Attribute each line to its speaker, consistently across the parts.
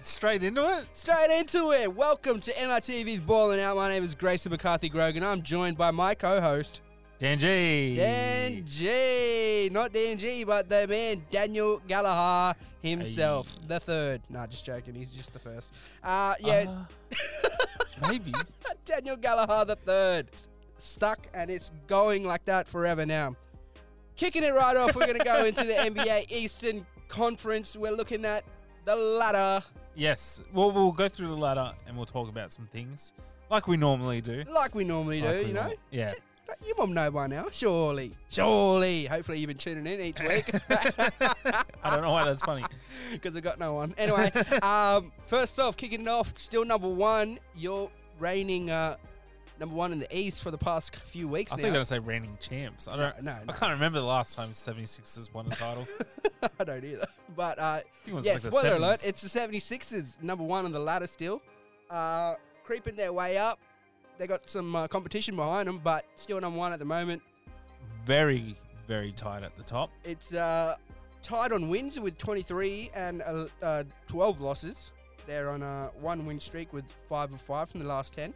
Speaker 1: Straight into it?
Speaker 2: Straight into it. Welcome to MRTV's Balling Out. My name is Grayson McCarthy Grogan. I'm joined by my co-host
Speaker 1: Dan G.
Speaker 2: Dan G. Not Dan G, but the man Daniel Gallagher himself,
Speaker 1: Hey.
Speaker 2: the third. Nah, just joking. He's just the first. Uh,
Speaker 1: Uh-huh.
Speaker 2: yeah,
Speaker 1: Uh, maybe.
Speaker 2: Daniel Gallagher the third. Stuck and it's going like that forever now. Kicking it right off, we're going to go into the NBA Eastern Conference. We're looking at the ladder.
Speaker 1: Yes. Well, we'll go through the ladder and we'll talk about some things like we normally do.
Speaker 2: like we normally do,
Speaker 1: Like we
Speaker 2: you know?
Speaker 1: norm- Yeah.
Speaker 2: But You mum know by now, surely. Surely. Hopefully you've been tuning in each week
Speaker 1: I don't know why that's funny.
Speaker 2: because I've got no one. Anyway, um, first off, kicking it off, still number one. You're reigning uh, number one in the East for the past few weeks now.
Speaker 1: I think I'm going to say reigning champs. I don't.
Speaker 2: no,
Speaker 1: I
Speaker 2: no,
Speaker 1: can't remember the last time 76ers won a title. I think
Speaker 2: no, I don't either. But uh,
Speaker 1: it was
Speaker 2: yeah,
Speaker 1: like the
Speaker 2: spoiler
Speaker 1: 70s.
Speaker 2: alert, it's the 76ers, number one on the ladder still. Uh, creeping their way up. They got some uh, competition behind them, but still number one at the moment.
Speaker 1: very, very tight at the top.
Speaker 2: It's uh, tied on wins with 23 and uh, uh, 12 losses. They're on a one win streak with five of five from the last 10.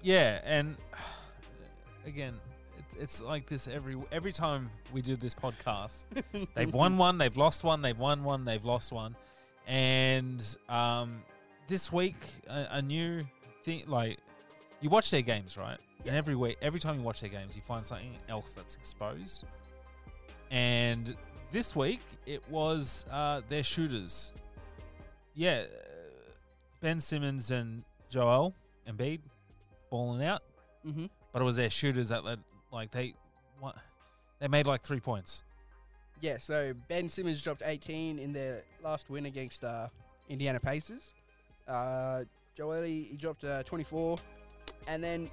Speaker 1: Yeah, and again, it's, it's like this every every time we do this podcast. they've won one, they've lost one, they've won one, they've lost one, and um, this week a, a new thing. Like you watch their games, right?
Speaker 2: Yeah.
Speaker 1: And every week, every time you watch their games, you find something else that's exposed. And this week, it was uh, their shooters. Yeah, uh, Ben Simmons and Joel Embiid balling out
Speaker 2: Mm-hmm.
Speaker 1: but it was their shooters that led, like they what they made like three points.
Speaker 2: Yeah, so Ben Simmons dropped 18 in their last win against uh, Indiana Pacers. Uh, Joel, he dropped uh, 24. And then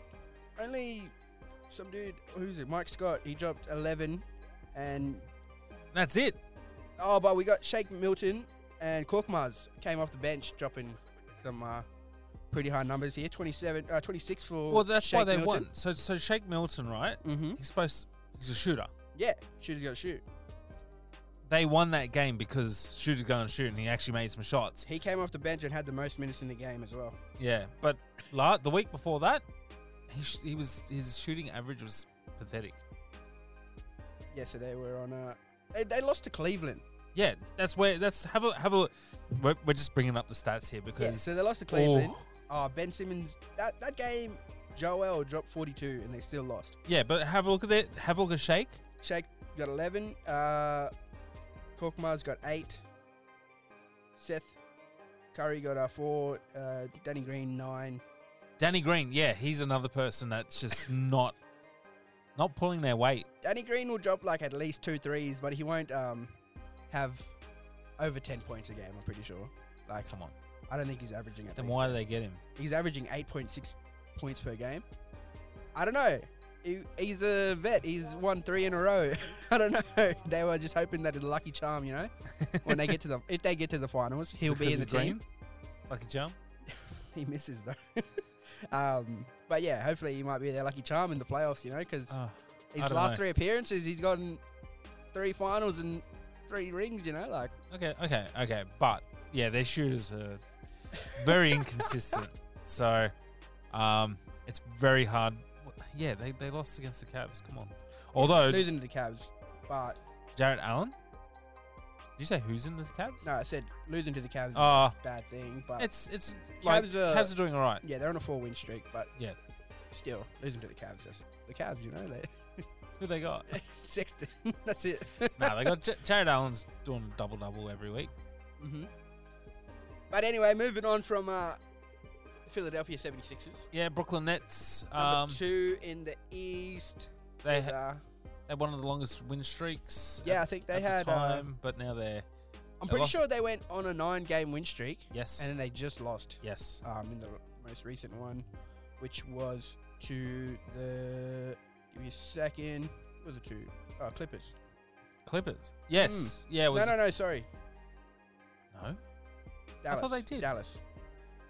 Speaker 2: only some dude, who's it? Mike Scott, he dropped 11. And
Speaker 1: That's it.
Speaker 2: Oh, but we got Shake Milton and Korkmaz came off the bench, dropping some uh, pretty high numbers here. 27, uh, 26 for
Speaker 1: Well, that's
Speaker 2: Shake
Speaker 1: why they
Speaker 2: Milton.
Speaker 1: won. So so Shake Milton, right?
Speaker 2: Mm-hmm.
Speaker 1: He's supposed he's a shooter.
Speaker 2: Yeah, shooter got to shoot.
Speaker 1: They won that game because shooter going shoot, and he actually made some shots.
Speaker 2: He came off the bench and had the most minutes in the game as well.
Speaker 1: Yeah, but la- the week before that, he, sh- he was his shooting average was pathetic.
Speaker 2: Yeah, so they were on Uh, they, they lost to Cleveland.
Speaker 1: Yeah, that's where that's have a have a. We're, we're just bringing up the stats here
Speaker 2: Yeah,
Speaker 1: because
Speaker 2: so they lost to Cleveland.
Speaker 1: oh,
Speaker 2: Oh, Ben Simmons, that, that game, Joel dropped 42 and they still lost.
Speaker 1: yeah, but have a look at it. Have a look at Shake.
Speaker 2: Shake got 11. Uh, Korkmaz got 8. Seth Curry got uh, 4. Uh, Danny Green, 9.
Speaker 1: Danny Green, yeah, he's another person that's just not not pulling their weight.
Speaker 2: Danny Green will drop like at least two threes, but he won't um, have over 10 points a game, I'm pretty sure. Like,
Speaker 1: Come on.
Speaker 2: I don't think he's averaging at
Speaker 1: Then
Speaker 2: least
Speaker 1: why do they get him?
Speaker 2: He's averaging 8.6 points per game. I don't know. He, he's a vet. He's won three in a row. I don't know. They were just hoping that it's a lucky charm, you know. When they get to the if they get to the finals, he'll
Speaker 1: Is it
Speaker 2: be
Speaker 1: 'cause
Speaker 2: in the
Speaker 1: of
Speaker 2: team.
Speaker 1: Lucky charm.
Speaker 2: He misses though. um, but yeah, hopefully he might be their lucky charm in the playoffs, you know, because
Speaker 1: Oh,
Speaker 2: his
Speaker 1: don't
Speaker 2: last
Speaker 1: know.
Speaker 2: three appearances, he's gotten three finals and three rings, you know, like
Speaker 1: okay, okay, okay. But yeah, their shooters are very inconsistent. So um, it's very hard. Yeah, they, they lost against the Cavs. Come on. Although
Speaker 2: losing to the Cavs. But
Speaker 1: Jared Allen, did you say who's in the Cavs?
Speaker 2: no, I said losing to the Cavs is a
Speaker 1: Uh,
Speaker 2: bad thing. But
Speaker 1: it's it's like
Speaker 2: Cavs are-
Speaker 1: Cavs are doing all right.
Speaker 2: yeah, they're on a four win streak, but
Speaker 1: Yeah.
Speaker 2: still losing to the Cavs. That's the Cavs, you know, they
Speaker 1: Who they got?
Speaker 2: Sexton. That's it.
Speaker 1: nah, they got J- Jared Allen's doing a double double every week. Mm-hmm.
Speaker 2: hmm But anyway, moving on from uh, Philadelphia 76ers.
Speaker 1: Yeah, Brooklyn Nets.
Speaker 2: Number
Speaker 1: Um,
Speaker 2: two in the East.
Speaker 1: they
Speaker 2: with,
Speaker 1: ha-
Speaker 2: uh,
Speaker 1: had one of the longest win streaks.
Speaker 2: yeah, I
Speaker 1: at,
Speaker 2: think
Speaker 1: at
Speaker 2: they
Speaker 1: the
Speaker 2: had. uh,
Speaker 1: time, but now they're
Speaker 2: I'm
Speaker 1: they
Speaker 2: pretty
Speaker 1: lost.
Speaker 2: sure they went on a nine game win streak,
Speaker 1: yes,
Speaker 2: and then they just lost
Speaker 1: yes,
Speaker 2: um, in the most recent one, which was to the. Give me a second. What was it to? Oh, Clippers.
Speaker 1: Clippers. Yes, yeah, it was
Speaker 2: Hmm. no, no, no. Sorry,
Speaker 1: no?
Speaker 2: Dallas.
Speaker 1: thought they did.
Speaker 2: Dallas.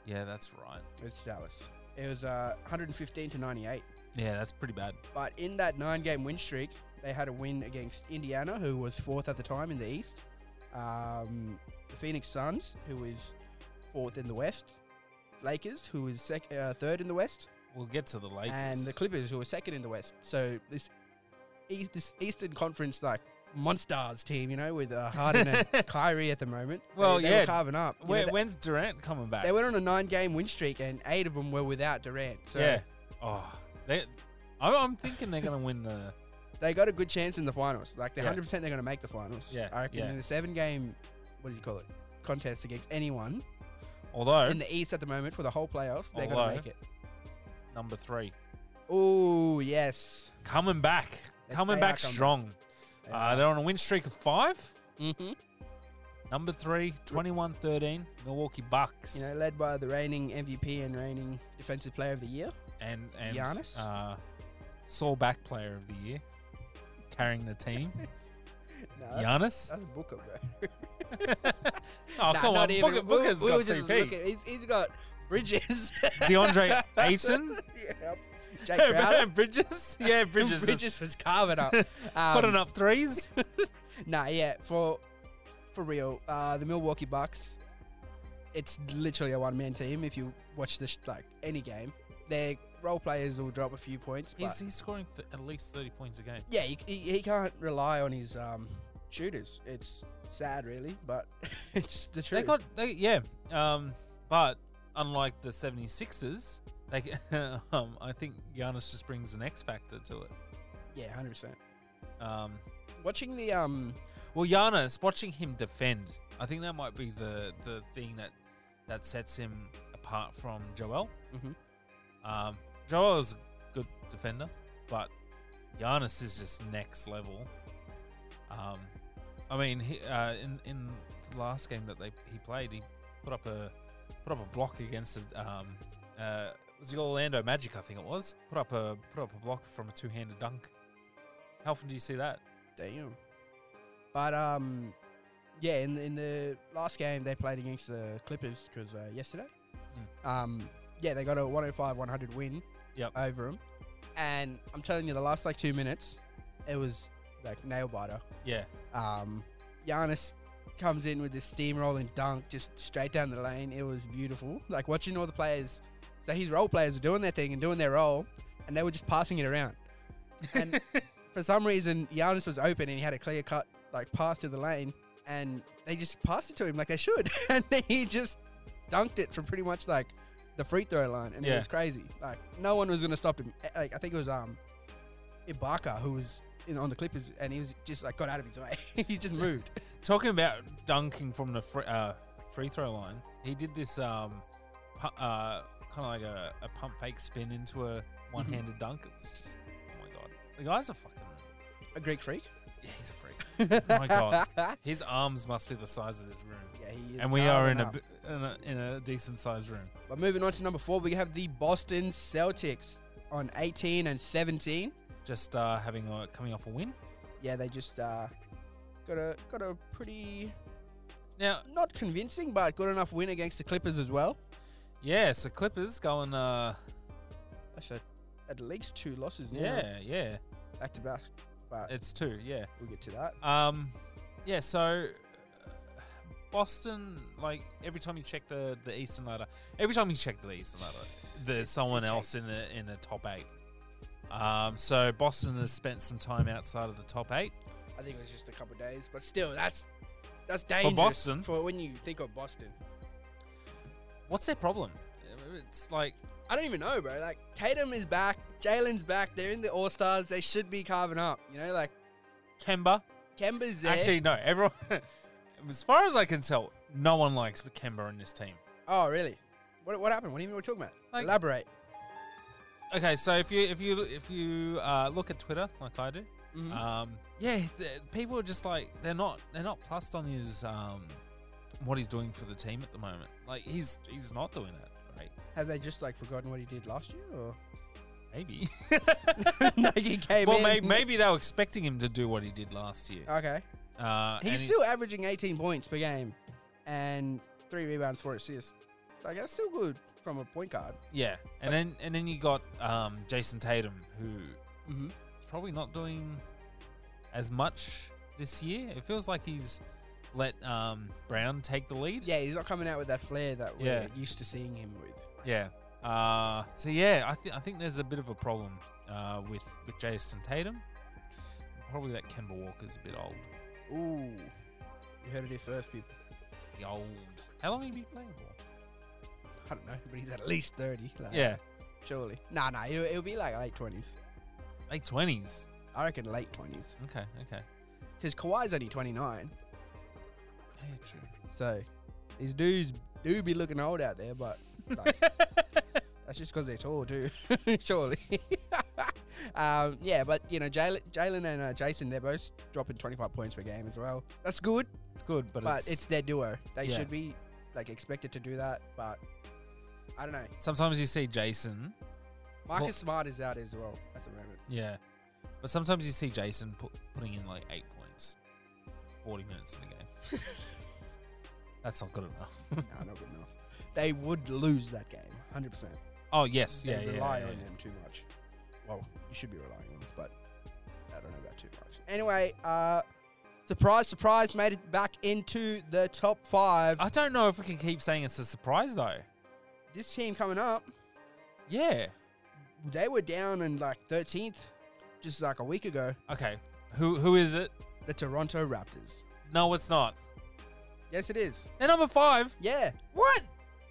Speaker 1: Yeah, that's right.
Speaker 2: It's Dallas. It was uh, 115 to 98.
Speaker 1: Yeah, that's pretty bad.
Speaker 2: But in that nine game win streak, they had a win against Indiana, who was fourth at the time in the East, um, the Phoenix Suns, who is fourth in the West. Lakers, who is sec- uh, third in the West,
Speaker 1: We'll get to the Lakers.
Speaker 2: and the Clippers, who are second in the West. So this, East, this Eastern Conference like monsters team, you know, with uh, Harden and Kyrie at the moment. They-
Speaker 1: Well,
Speaker 2: they
Speaker 1: yeah.
Speaker 2: were carving up. You know,
Speaker 1: Where,
Speaker 2: they-
Speaker 1: when's Durant coming back?
Speaker 2: they went on a nine-game win streak, and eight of them were without Durant. So
Speaker 1: yeah. Oh, they. I'm, I'm thinking they're gonna win the.
Speaker 2: they got a good chance in the finals. Like they're
Speaker 1: Yeah.
Speaker 2: hundred percent they're gonna make the finals.
Speaker 1: Yeah,
Speaker 2: I reckon
Speaker 1: yeah.
Speaker 2: in a seven game what do you call it? Contest against anyone
Speaker 1: Although
Speaker 2: in the East at the moment for the whole playoffs, they're
Speaker 1: Although-
Speaker 2: gonna make it.
Speaker 1: number three
Speaker 2: Oh yes.
Speaker 1: coming back,
Speaker 2: They-
Speaker 1: coming
Speaker 2: they
Speaker 1: back
Speaker 2: are coming-
Speaker 1: strong. Uh, they're on a win streak of five.
Speaker 2: mm-hmm.
Speaker 1: Number three, 21-13, Milwaukee Bucks.
Speaker 2: You know, led by the reigning MVP and reigning defensive player of the year.
Speaker 1: and and
Speaker 2: Giannis?
Speaker 1: uh, sore back player of the year, carrying the team.
Speaker 2: No, that's,
Speaker 1: Giannis.
Speaker 2: that's Booker, bro.
Speaker 1: Oh
Speaker 2: Nah,
Speaker 1: come
Speaker 2: not
Speaker 1: on,
Speaker 2: even.
Speaker 1: Booker,
Speaker 2: We-
Speaker 1: Booker's
Speaker 2: we
Speaker 1: got
Speaker 2: were just
Speaker 1: CP.
Speaker 2: looking- he's, he's got Bridges.
Speaker 1: DeAndre Ayton,
Speaker 2: yep. Jake Crowder.
Speaker 1: Bridges. Yeah, Bridges. Bridges.
Speaker 2: Bridges was carving up. Um,
Speaker 1: Putting up threes.
Speaker 2: Nah, yeah, for for real, uh, the Milwaukee Bucks. It's literally a one-man team. If you watch this, like any game, their role players will drop a few points. But
Speaker 1: He's, he's scoring th- at least thirty points a game.
Speaker 2: yeah, he, he, he can't rely on his um, shooters. It's sad, really, but it's the truth.
Speaker 1: They got they yeah. Um, but unlike the 76ers, they um, I think Giannis just brings an X factor to it.
Speaker 2: yeah, hundred percent.
Speaker 1: Um,
Speaker 2: Watching the um,
Speaker 1: well, Giannis watching him defend, I think that might be the the thing that that sets him apart from Joel.
Speaker 2: Mhm.
Speaker 1: Um, Joel is a good defender, but Giannis is just next level. Um, I mean, he, uh, in in the last game that they he played, he put up a put up a block against a, um, uh, was it Orlando Magic? I think it was. Put up a put up a block from a two handed dunk. How often do you see that?
Speaker 2: damn, but um, yeah, in the, in the last game they played against the Clippers because uh, yesterday, um, yeah, they got a 105-100 win.
Speaker 1: Yep.
Speaker 2: over him. And I'm telling you, the last like two minutes, it was like nail biter.
Speaker 1: Yeah.
Speaker 2: Um, Giannis comes in with this steamrolling dunk just straight down the lane. It was beautiful. Like watching all the players, so his role players were doing their thing and doing their role, and they were just passing it around. And for some reason, Giannis was open and he had a clear cut like path to the lane, and they just passed it to him like they should, and he just dunked it from pretty much like the free throw line, and
Speaker 1: Yeah.
Speaker 2: it was crazy. Like no one was gonna stop him. Eh, Like I think it was um Ibaka who was in, on the Clippers, and he was just like got out of his way. he just moved.
Speaker 1: Talking about dunking from the free, uh, free throw line, he did this um, pu- uh, kind of like a, a pump fake spin into a one handed dunk. It was just, oh my god, the guy's a fucking,
Speaker 2: A Greek freak.
Speaker 1: yeah, he's a freak. my God. His arms must be the size of this room,
Speaker 2: Yeah, he is
Speaker 1: and we are in
Speaker 2: carving
Speaker 1: a,
Speaker 2: up.
Speaker 1: b- in a in a decent sized room.
Speaker 2: But moving on to number four, we have the Boston Celtics on 18 and 17.
Speaker 1: Just uh, having a coming off a win.
Speaker 2: Yeah, they just uh, got a got a pretty
Speaker 1: Now,
Speaker 2: not convincing, but good enough win against the Clippers as well.
Speaker 1: yeah, so Clippers going, uh,
Speaker 2: That's a, at least two losses now,
Speaker 1: yeah, yeah,
Speaker 2: back to back. But
Speaker 1: it's two, yeah.
Speaker 2: we'll get to that.
Speaker 1: Um, yeah, so uh, Boston, like every time you check the the Eastern ladder, every time you check the Eastern ladder, there's someone else in the in the top eight. Um, so Boston has spent some time outside of the top eight.
Speaker 2: I think it was just a couple of days, but still, that's that's dangerous
Speaker 1: Boston?
Speaker 2: For when you think of Boston,
Speaker 1: What's their problem? It's like
Speaker 2: I don't even know, bro. Like Tatum is back, Jalen's back. They're in the All Stars. They should be carving up. You know, like
Speaker 1: Kemba.
Speaker 2: Kemba's there.
Speaker 1: Actually, no. Everyone, as far as I can tell, no one likes Kemba in this team.
Speaker 2: oh really? What, what happened? What do you mean we're talking about?
Speaker 1: Like-
Speaker 2: Elaborate.
Speaker 1: Okay, so if you if you if you uh, look at Twitter like I do,
Speaker 2: Mhm.
Speaker 1: Um, yeah, the, people are just like they're not they're not plussed on his um, what he's doing for the team at the moment. Like he's he's not doing it right.
Speaker 2: Have they just like forgotten what he did last year, or
Speaker 1: Maybe.
Speaker 2: like he came
Speaker 1: well,
Speaker 2: in?
Speaker 1: may, maybe they were expecting him to do what he did last year.
Speaker 2: Okay,
Speaker 1: Uh, and
Speaker 2: he's still averaging 18 points per game and three rebounds, four assists. Like that's still good from a point guard.
Speaker 1: yeah, and then and then you got um, Jason Tatum, who's
Speaker 2: Mm-hmm.
Speaker 1: probably not doing as much this year. It feels like he's let um, Brown take the lead.
Speaker 2: Yeah, he's not coming out with that flair that we're
Speaker 1: Yeah.
Speaker 2: used to seeing him with.
Speaker 1: Yeah. Uh, so yeah, I think I think there's a bit of a problem uh, with with Jason Tatum. Probably that Kemba Walker's a bit old.
Speaker 2: Ooh, you heard it here first, people.
Speaker 1: The old. How long have you been playing for?
Speaker 2: I don't know, but he's at least thirty. Like,
Speaker 1: Yeah,
Speaker 2: surely. Nah, nah, it'll, it'll be like late twenties.
Speaker 1: late twenties.
Speaker 2: I reckon late twenties
Speaker 1: Okay, okay.
Speaker 2: because Kawhi's only twenty nine,
Speaker 1: Yeah, true.
Speaker 2: so these dudes do be looking old out there, but like, that's just because they're tall too. surely. um, yeah, but you know, Jalen, Jalen and uh, Jason, they're both dropping twenty five points per game as well. That's good.
Speaker 1: It's good, but,
Speaker 2: but, it's, their duo. They
Speaker 1: Yeah.
Speaker 2: should be like expected to do that, but I don't know.
Speaker 1: sometimes you see Jason.
Speaker 2: Marcus
Speaker 1: Well-
Speaker 2: Smart is out as well at the moment.
Speaker 1: Yeah, but sometimes you see Jason put, putting in like eight points, forty minutes in a game. That's not good enough.
Speaker 2: no, not good enough. They would lose that game, hundred percent.
Speaker 1: Oh yes,
Speaker 2: They
Speaker 1: yeah, yeah,
Speaker 2: rely
Speaker 1: yeah,
Speaker 2: on
Speaker 1: yeah.
Speaker 2: them too much. Well, you should be relying on them, but I don't know about too much. Anyway, uh, surprise, surprise, made it back into the top five.
Speaker 1: I don't know if we can keep saying it's a surprise though.
Speaker 2: this team coming up,
Speaker 1: Yeah.
Speaker 2: they were down in like thirteenth, just like a week ago.
Speaker 1: Okay. Who who is it?
Speaker 2: The Toronto Raptors.
Speaker 1: No, it's not.
Speaker 2: Yes, it is.
Speaker 1: They're number five.
Speaker 2: Yeah.
Speaker 1: What?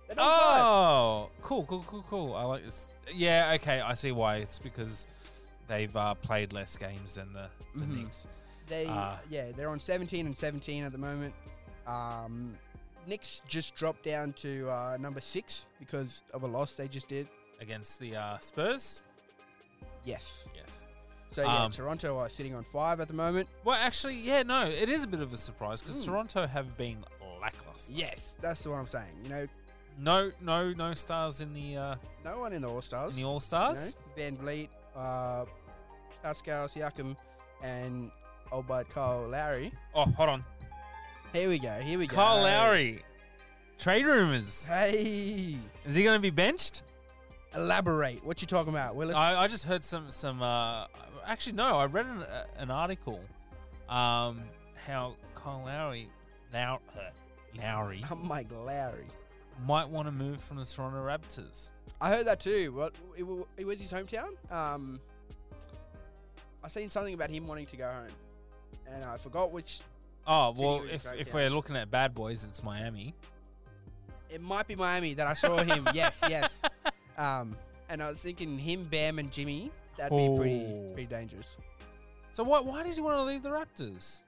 Speaker 2: they're number five.
Speaker 1: Oh, cool, cool, cool, cool. I like this. Yeah. Okay, I see why. It's because they've uh, played less games than the, the
Speaker 2: Mhm.
Speaker 1: Knicks.
Speaker 2: They
Speaker 1: Ah.
Speaker 2: yeah, they're on 17 and 17 at the moment. Um, Knicks just dropped down to uh, number six because of a loss they just did.
Speaker 1: against the uh, Spurs.
Speaker 2: Yes.
Speaker 1: Yes.
Speaker 2: So yeah,
Speaker 1: Um,
Speaker 2: Toronto are sitting on five at the moment.
Speaker 1: Well, actually, yeah, no, it is a bit of a surprise because
Speaker 2: Mm.
Speaker 1: Toronto have been lackluster.
Speaker 2: Yes, that's what I'm saying. You know,
Speaker 1: No, no, no stars in the uh,
Speaker 2: no one in the All Stars.
Speaker 1: in the All Stars.
Speaker 2: Van Vliet, uh, Pascal Siakam, and Obad Kyle Lowry.
Speaker 1: Oh, hold on,
Speaker 2: Here we go. Here we go.
Speaker 1: Kyle Lowry. Trade rumors.
Speaker 2: Hey,
Speaker 1: Is he going to be benched?
Speaker 2: elaborate. What you talking about, Willis?
Speaker 1: I, I just heard some some. Uh, actually, no, I read an, uh, an article. Um, how Kyle Lowry, Low, Lowry
Speaker 2: I'm Mike Lowry.
Speaker 1: might want to move from the Toronto Raptors.
Speaker 2: I heard that too. What it, wa- it was his hometown. Um, I seen something about him wanting to go home, and I forgot which.
Speaker 1: Oh
Speaker 2: City
Speaker 1: well,
Speaker 2: was
Speaker 1: if
Speaker 2: right
Speaker 1: if
Speaker 2: down.
Speaker 1: we're looking at bad boys, it's Miami.
Speaker 2: It might be Miami that I saw him. yes, yes. Um, and I was thinking him, Bam, and Jimmy. That'd be pretty
Speaker 1: Oh.
Speaker 2: pretty dangerous.
Speaker 1: So why why does he want to leave the Raptors?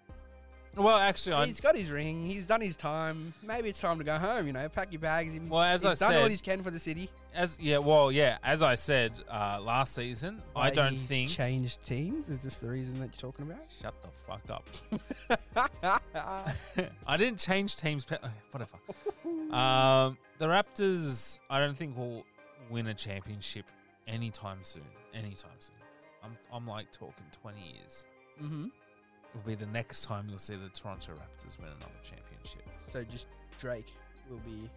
Speaker 1: Well, actually, I
Speaker 2: He's got his ring. He's done his time. Maybe it's time to go home. You know, pack your bags. He-
Speaker 1: Well, as
Speaker 2: he's
Speaker 1: I
Speaker 2: done all
Speaker 1: said-
Speaker 2: he can for the city.
Speaker 1: as yeah, well, yeah, as I said uh, last season, I
Speaker 2: Like,
Speaker 1: don't
Speaker 2: he
Speaker 1: think.
Speaker 2: changed teams. Is this the reason that you're talking
Speaker 1: Shut the fuck up.
Speaker 2: about?
Speaker 1: I didn't change teams. Pe- whatever. Um, the Raptors, I don't think will win a championship anytime soon. Anytime soon. I'm I'm like talking twenty years.
Speaker 2: mm-hmm.
Speaker 1: It'll be the next time you'll see the Toronto Raptors win another championship.
Speaker 2: So just Drake will be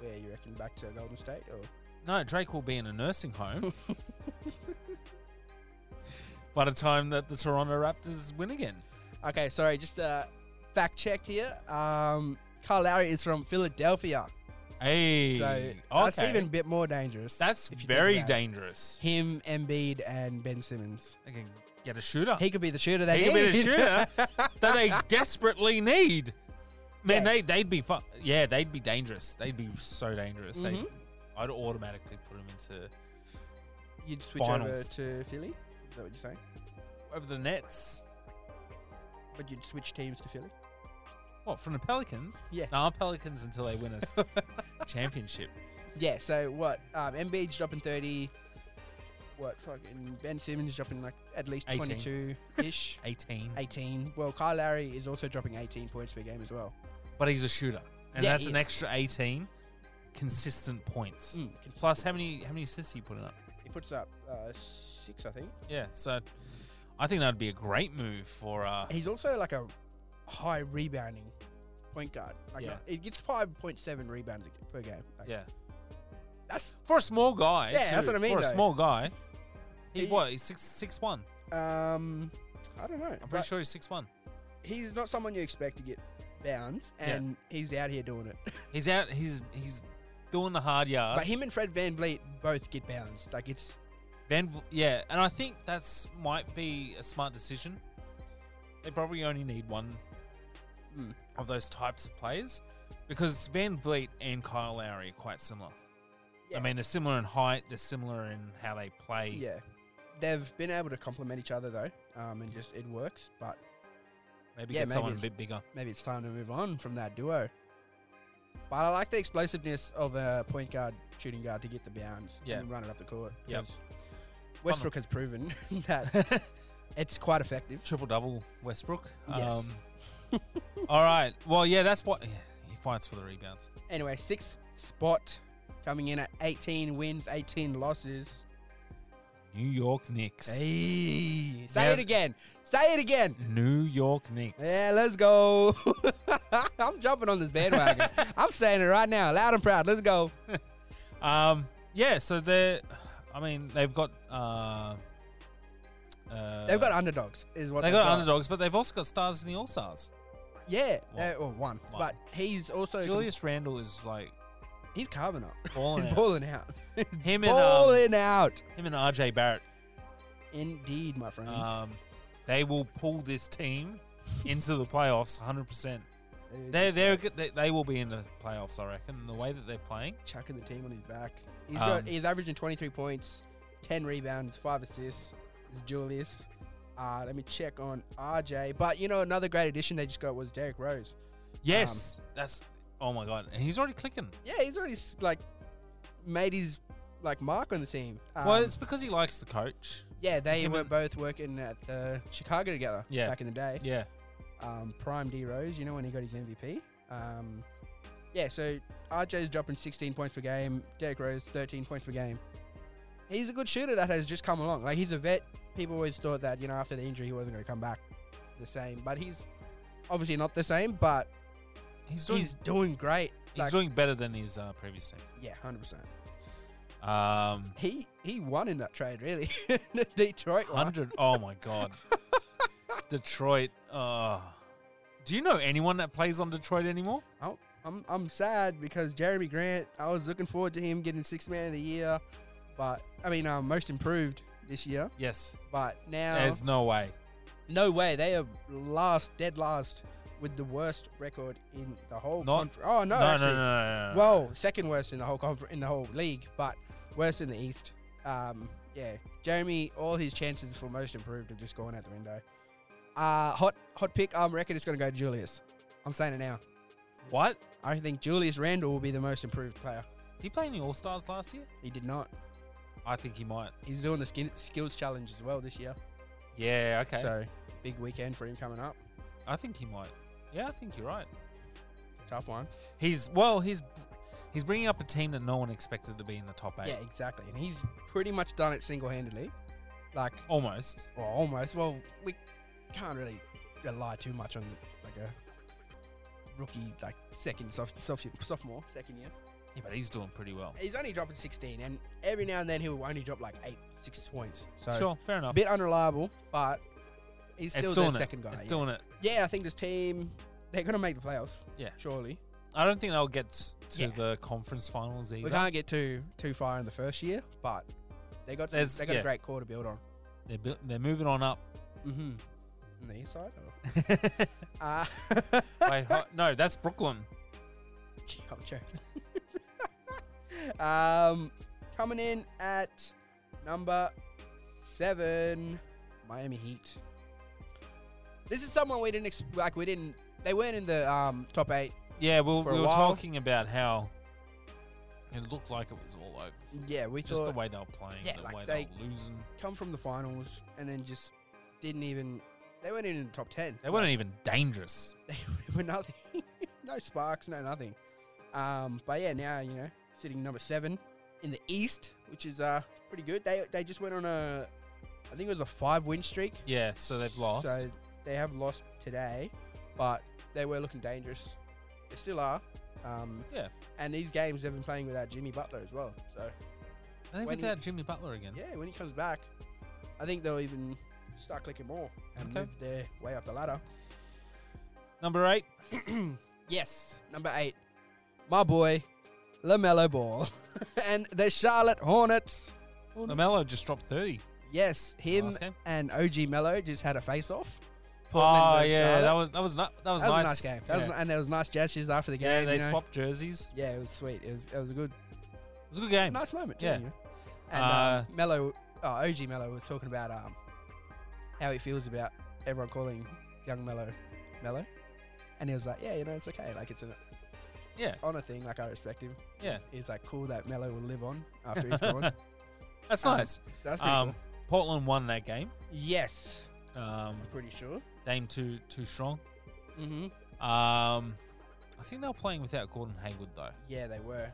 Speaker 2: where you reckon back to Golden State or
Speaker 1: No, Drake will be in a nursing home by the time that the Toronto Raptors win again.
Speaker 2: Okay, sorry, just uh, fact checked here. Um Kyle Lowry is from Philadelphia.
Speaker 1: Hey,
Speaker 2: So
Speaker 1: okay.
Speaker 2: that's even a bit more dangerous.
Speaker 1: That's
Speaker 2: if you think
Speaker 1: very
Speaker 2: about it.
Speaker 1: dangerous.
Speaker 2: Him, Embiid, and Ben Simmons.
Speaker 1: They can get a shooter
Speaker 2: He could be the shooter they
Speaker 1: He could
Speaker 2: need.
Speaker 1: be the shooter. that they desperately need. Man,
Speaker 2: Yeah.
Speaker 1: they they'd be fu- yeah, they'd be dangerous. They'd be so dangerous. They,
Speaker 2: Mhm.
Speaker 1: I'd automatically put them into
Speaker 2: You'd switch
Speaker 1: Finals.
Speaker 2: over to Philly? Is that what you're saying?
Speaker 1: over the Nets.
Speaker 2: But you'd switch teams to Philly?
Speaker 1: What from the Pelicans?
Speaker 2: Yeah.
Speaker 1: no Pelicans until they win a s- championship.
Speaker 2: Yeah, so what? Um, Embiid's dropping 30. What? Fucking Ben Simmons dropping like at least
Speaker 1: 18.
Speaker 2: 22 ish.
Speaker 1: Eighteen.
Speaker 2: 18. Well, Kyle Lowry is also dropping 18 points per game as well.
Speaker 1: but he's a shooter, and
Speaker 2: Yeah,
Speaker 1: that's
Speaker 2: he
Speaker 1: an
Speaker 2: is.
Speaker 1: extra eighteen consistent points.
Speaker 2: Mm.
Speaker 1: Plus, how many how many assists are you putting up?
Speaker 2: He puts up uh, six, I think.
Speaker 1: Yeah, so I think that'd be a great move for. Uh,
Speaker 2: He's also like a high rebounding point guard. Like
Speaker 1: Yeah.
Speaker 2: not- he gets 5.7 rebounds a- per game. Like,
Speaker 1: yeah,
Speaker 2: That's
Speaker 1: for a small guy.
Speaker 2: Yeah, that's
Speaker 1: too,
Speaker 2: what I mean,
Speaker 1: For a
Speaker 2: though.
Speaker 1: small guy, he
Speaker 2: He-
Speaker 1: what? He's six six one.
Speaker 2: um I don't know.
Speaker 1: I'm pretty
Speaker 2: But
Speaker 1: sure he's six one.
Speaker 2: he's not someone you expect to get bounds,
Speaker 1: Yeah.
Speaker 2: and he's out here doing it.
Speaker 1: He's out. He's he's doing the hard yards.
Speaker 2: but him and Fred Van Vliet both get bounds. Like it's
Speaker 1: Van, V- yeah, and I think that's might be a smart decision. They probably only need one
Speaker 2: Mm.
Speaker 1: of those types of players because Van Vliet and Kyle Lowry are quite similar.
Speaker 2: Yeah.
Speaker 1: I mean, they're similar in height, they're similar in how they play.
Speaker 2: yeah, they've been able to complement each other though, um, and just it works. But
Speaker 1: Maybe
Speaker 2: Yeah,
Speaker 1: get
Speaker 2: maybe
Speaker 1: someone a
Speaker 2: it's-
Speaker 1: bit bigger.
Speaker 2: maybe it's time to move on from that duo. But I like the explosiveness of a point guard, shooting guard to get the bounds
Speaker 1: Yeah.
Speaker 2: and run it up the court.
Speaker 1: Yep.
Speaker 2: 'cause Westbrook has proven that it's quite effective.
Speaker 1: Triple double Westbrook.
Speaker 2: Yes.
Speaker 1: Um, all right. Well, yeah, that's what yeah, he fights for the rebounds.
Speaker 2: Anyway, sixth spot coming in at 18 wins, 18 losses.
Speaker 1: New York Knicks.
Speaker 2: Hey, say
Speaker 1: Now-
Speaker 2: it again. Say it again.
Speaker 1: New York Knicks.
Speaker 2: Yeah, let's go. I'm jumping on this bandwagon. I'm saying it right now, loud and proud. Let's go.
Speaker 1: Um, yeah, so they're, I mean, they've got, uh, uh,
Speaker 2: They've got underdogs, is what
Speaker 1: they got underdogs, but they've also got stars in the All Stars.
Speaker 2: Yeah,
Speaker 1: One.
Speaker 2: uh, well, one.
Speaker 1: One.
Speaker 2: But he's also
Speaker 1: Julius Randle is like
Speaker 2: he's carving up.
Speaker 1: balling
Speaker 2: he's
Speaker 1: out.
Speaker 2: balling out.
Speaker 1: Him and um,
Speaker 2: Balling out.
Speaker 1: him and RJ Barrett,
Speaker 2: Indeed, my friend.
Speaker 1: um, they will pull this team into the playoffs 100. percent
Speaker 2: They're
Speaker 1: They
Speaker 2: just,
Speaker 1: they're
Speaker 2: like,
Speaker 1: good. They, they will be in the playoffs, I reckon. The way that they're playing,
Speaker 2: chucking the team on his back. He's
Speaker 1: Um,
Speaker 2: got he's averaging 23 points, 10 rebounds, five assists. Is Julius. Uh, let me check on RJ. But you know, another great addition they just got was Derek Rose.
Speaker 1: yes,
Speaker 2: Um,
Speaker 1: that's oh my god, and he's already clicking.
Speaker 2: Yeah, he's already s- like made his like mark on the team. Um,
Speaker 1: well, it's because he likes the coach.
Speaker 2: yeah, they
Speaker 1: him
Speaker 2: were
Speaker 1: and-
Speaker 2: both working at uh, Chicago together
Speaker 1: Yeah.
Speaker 2: back in the day.
Speaker 1: Yeah,
Speaker 2: um, Prime D Rose, you know, when he got his MVP. Um, yeah, so RJ's dropping 16 points per game, Derek Rose, 13 points per game. He's a good shooter that has just come along. Like, he's a vet. People always thought that, you know, after the injury, he wasn't going to come back the same. But he's obviously not the same, but
Speaker 1: he's doing
Speaker 2: he's
Speaker 1: he's,
Speaker 2: doing great. like-
Speaker 1: doing better than his uh, previous team.
Speaker 2: Yeah, 100%.
Speaker 1: Um,
Speaker 2: He he won in that trade, really. the Detroit one.
Speaker 1: hundred. Oh my god, Detroit. Uh, do you know anyone that plays on Detroit anymore?
Speaker 2: I'm, I'm sad because Jeremy Grant, I was looking forward to him getting sixth man of the year. But, I mean, um, most improved this year.
Speaker 1: Yes,
Speaker 2: But now,
Speaker 1: there's no way.
Speaker 2: no way they are last, dead last, with the worst record in the whole
Speaker 1: Not-
Speaker 2: conference. Oh no,
Speaker 1: No, no,
Speaker 2: actually,
Speaker 1: no, no, no.
Speaker 2: well, second worst in the whole confer- in the whole league, but worst in the East. Um, yeah, Jeremy, all his chances for most improved have just gone out the window. Uh, hot, hot pick. Um, reckon it's gonna go to Julius. I'm saying it now.
Speaker 1: what?
Speaker 2: I think Julius Randle will be the most improved player.
Speaker 1: Did he play in the All Stars last year?
Speaker 2: He did not.
Speaker 1: I think he might.
Speaker 2: He's doing the skin- skills challenge as well this year.
Speaker 1: Yeah. Okay.
Speaker 2: So big weekend for him coming up.
Speaker 1: I think he might. Yeah, I think you're right.
Speaker 2: Tough one.
Speaker 1: He's well. He's he's bringing up a team that no one expected to be in the top eight.
Speaker 2: Yeah, exactly. And he's pretty much done it single handedly. Like,
Speaker 1: Almost.
Speaker 2: well, almost. Well, we can't really rely too much on like a rookie, like second soph- soph- sophomore, second year.
Speaker 1: Yeah, but he's doing pretty well.
Speaker 2: He's only dropping 16, and every now and then he'll only drop like eight, six points. So
Speaker 1: Sure. Fair
Speaker 2: a
Speaker 1: enough.
Speaker 2: bit unreliable, but he's
Speaker 1: It's
Speaker 2: still
Speaker 1: doing
Speaker 2: their
Speaker 1: it.
Speaker 2: second guy.
Speaker 1: It's
Speaker 2: yeah.
Speaker 1: doing it.
Speaker 2: yeah, I think this team they're gonna make the playoffs.
Speaker 1: Yeah.
Speaker 2: surely.
Speaker 1: I don't think they'll get s- to
Speaker 2: Yeah.
Speaker 1: the conference finals
Speaker 2: We
Speaker 1: either.
Speaker 2: can't get too too far in the first year, but they got some,
Speaker 1: There's-
Speaker 2: they got
Speaker 1: yeah.
Speaker 2: a great core to build on.
Speaker 1: They're bu- they're moving on up.
Speaker 2: Mm-hmm. On the east side? Or?
Speaker 1: Wait,
Speaker 2: Uh,
Speaker 1: ho- no, that's Brooklyn.
Speaker 2: gee, I'm joking. um, coming in at number seven, Miami Heat. This is someone we didn't ex- like. We didn't. They weren't in the um, top eight.
Speaker 1: Yeah, well,
Speaker 2: For
Speaker 1: we
Speaker 2: a
Speaker 1: were
Speaker 2: while.
Speaker 1: talking about how it looked like it was all over.
Speaker 2: Yeah, we
Speaker 1: Just
Speaker 2: thought
Speaker 1: the way they were playing,
Speaker 2: yeah,
Speaker 1: the
Speaker 2: like
Speaker 1: way
Speaker 2: they-
Speaker 1: they, were losing.
Speaker 2: come from the finals and then just didn't even. They weren't even in the top ten.
Speaker 1: They weren't even dangerous.
Speaker 2: they were nothing. no sparks, no nothing. Um, but yeah, now you know, sitting number seven in the East, which is uh pretty good. They they just went on a, I think it was a five win streak.
Speaker 1: Yeah, so they've lost.
Speaker 2: So they have lost today, but they were looking dangerous. They still are. Um,
Speaker 1: Yeah.
Speaker 2: And these games they've been playing without Jimmy Butler as well. So
Speaker 1: I think
Speaker 2: when he-
Speaker 1: without Jimmy Butler again.
Speaker 2: yeah, when he comes back, I think they'll even start clicking more and
Speaker 1: Okay.
Speaker 2: move their way up the ladder.
Speaker 1: Number eight.
Speaker 2: Yes, number eight, my boy, Lamelo Ball, and the Charlotte Hornets. Hornets.
Speaker 1: Lamelo just dropped thirty.
Speaker 2: Yes, him
Speaker 1: Last game.
Speaker 2: and OG Mello just had a face off.
Speaker 1: oh yeah, that was that was ni- that was
Speaker 2: that was
Speaker 1: nice.
Speaker 2: a nice game. That was,
Speaker 1: yeah.
Speaker 2: ni- and there was nice gestures after the
Speaker 1: Yeah,
Speaker 2: game.
Speaker 1: they
Speaker 2: you know.
Speaker 1: swapped jerseys.
Speaker 2: Yeah, it was sweet. It was, it was a good,
Speaker 1: It was a good game.
Speaker 2: nice moment. Too,
Speaker 1: Yeah.
Speaker 2: you know. And
Speaker 1: Uh,
Speaker 2: um, Mello, oh, OG Mello was talking about um, how he feels about everyone calling young Mello Mello, and he was like, yeah, you know, it's okay. Like it's an
Speaker 1: Yeah,
Speaker 2: honor thing. Like I respect him.
Speaker 1: yeah,
Speaker 2: He's like, cool that Mello will live on after he's gone. So
Speaker 1: that's
Speaker 2: Um,
Speaker 1: nice.
Speaker 2: that's pretty
Speaker 1: Um,
Speaker 2: cool.
Speaker 1: Portland won that game.
Speaker 2: Yes,
Speaker 1: Um,
Speaker 2: I'm pretty sure.
Speaker 1: Dame too too strong.
Speaker 2: Mm-hmm.
Speaker 1: Um, I think they were playing without Gordon Hayward though,
Speaker 2: Yeah, they were.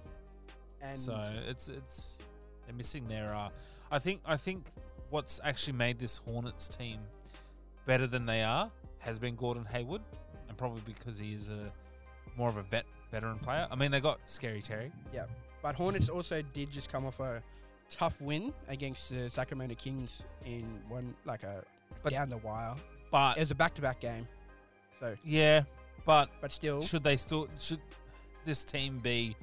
Speaker 2: And
Speaker 1: so it's it's they're missing their. Uh, I think I think what's actually made this Hornets team better than they are has been Gordon Hayward, and probably because he is a more of a vet veteran player. I mean, they got Scary Terry.
Speaker 2: but Hornets also did just come off a tough win against the Sacramento Kings in one like a
Speaker 1: But-
Speaker 2: down the wire. It
Speaker 1: But
Speaker 2: was a back-to-back game. So,
Speaker 1: yeah, but
Speaker 2: but still,
Speaker 1: should they still should this team be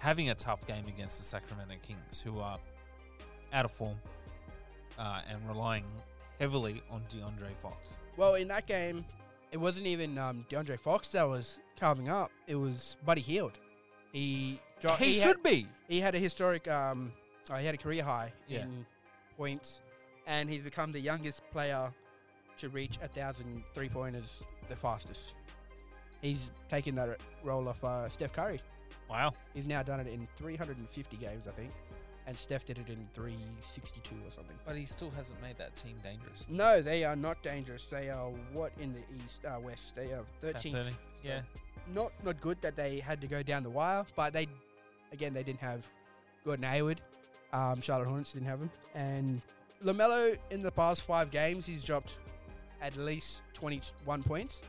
Speaker 1: having a tough game against the Sacramento Kings, who are out of form uh, and relying heavily on DeAndre Fox?
Speaker 2: well, in that game, it wasn't even um, DeAndre Fox that was carving up. It was Buddy Heald. He dro-
Speaker 1: he,
Speaker 2: had-
Speaker 1: should be.
Speaker 2: he had a historic um oh, he had a career high
Speaker 1: Yeah.
Speaker 2: in points and he's become the youngest player to reach a thousand three pointers the fastest he's taken that role off uh, steph curry
Speaker 1: Wow.
Speaker 2: he's now done it in 350 games i think and steph did it in 362 or something
Speaker 1: But he still hasn't made that team dangerous.
Speaker 2: no they are not dangerous they are what in the east uh, west they are 13th
Speaker 1: Yeah.
Speaker 2: not not good that they had to go down the wire, but they again they didn't have Gordon Hayward. Um, Charlotte Hornets didn't have him, and Lamelo in the past five games he's dropped at least twenty one points.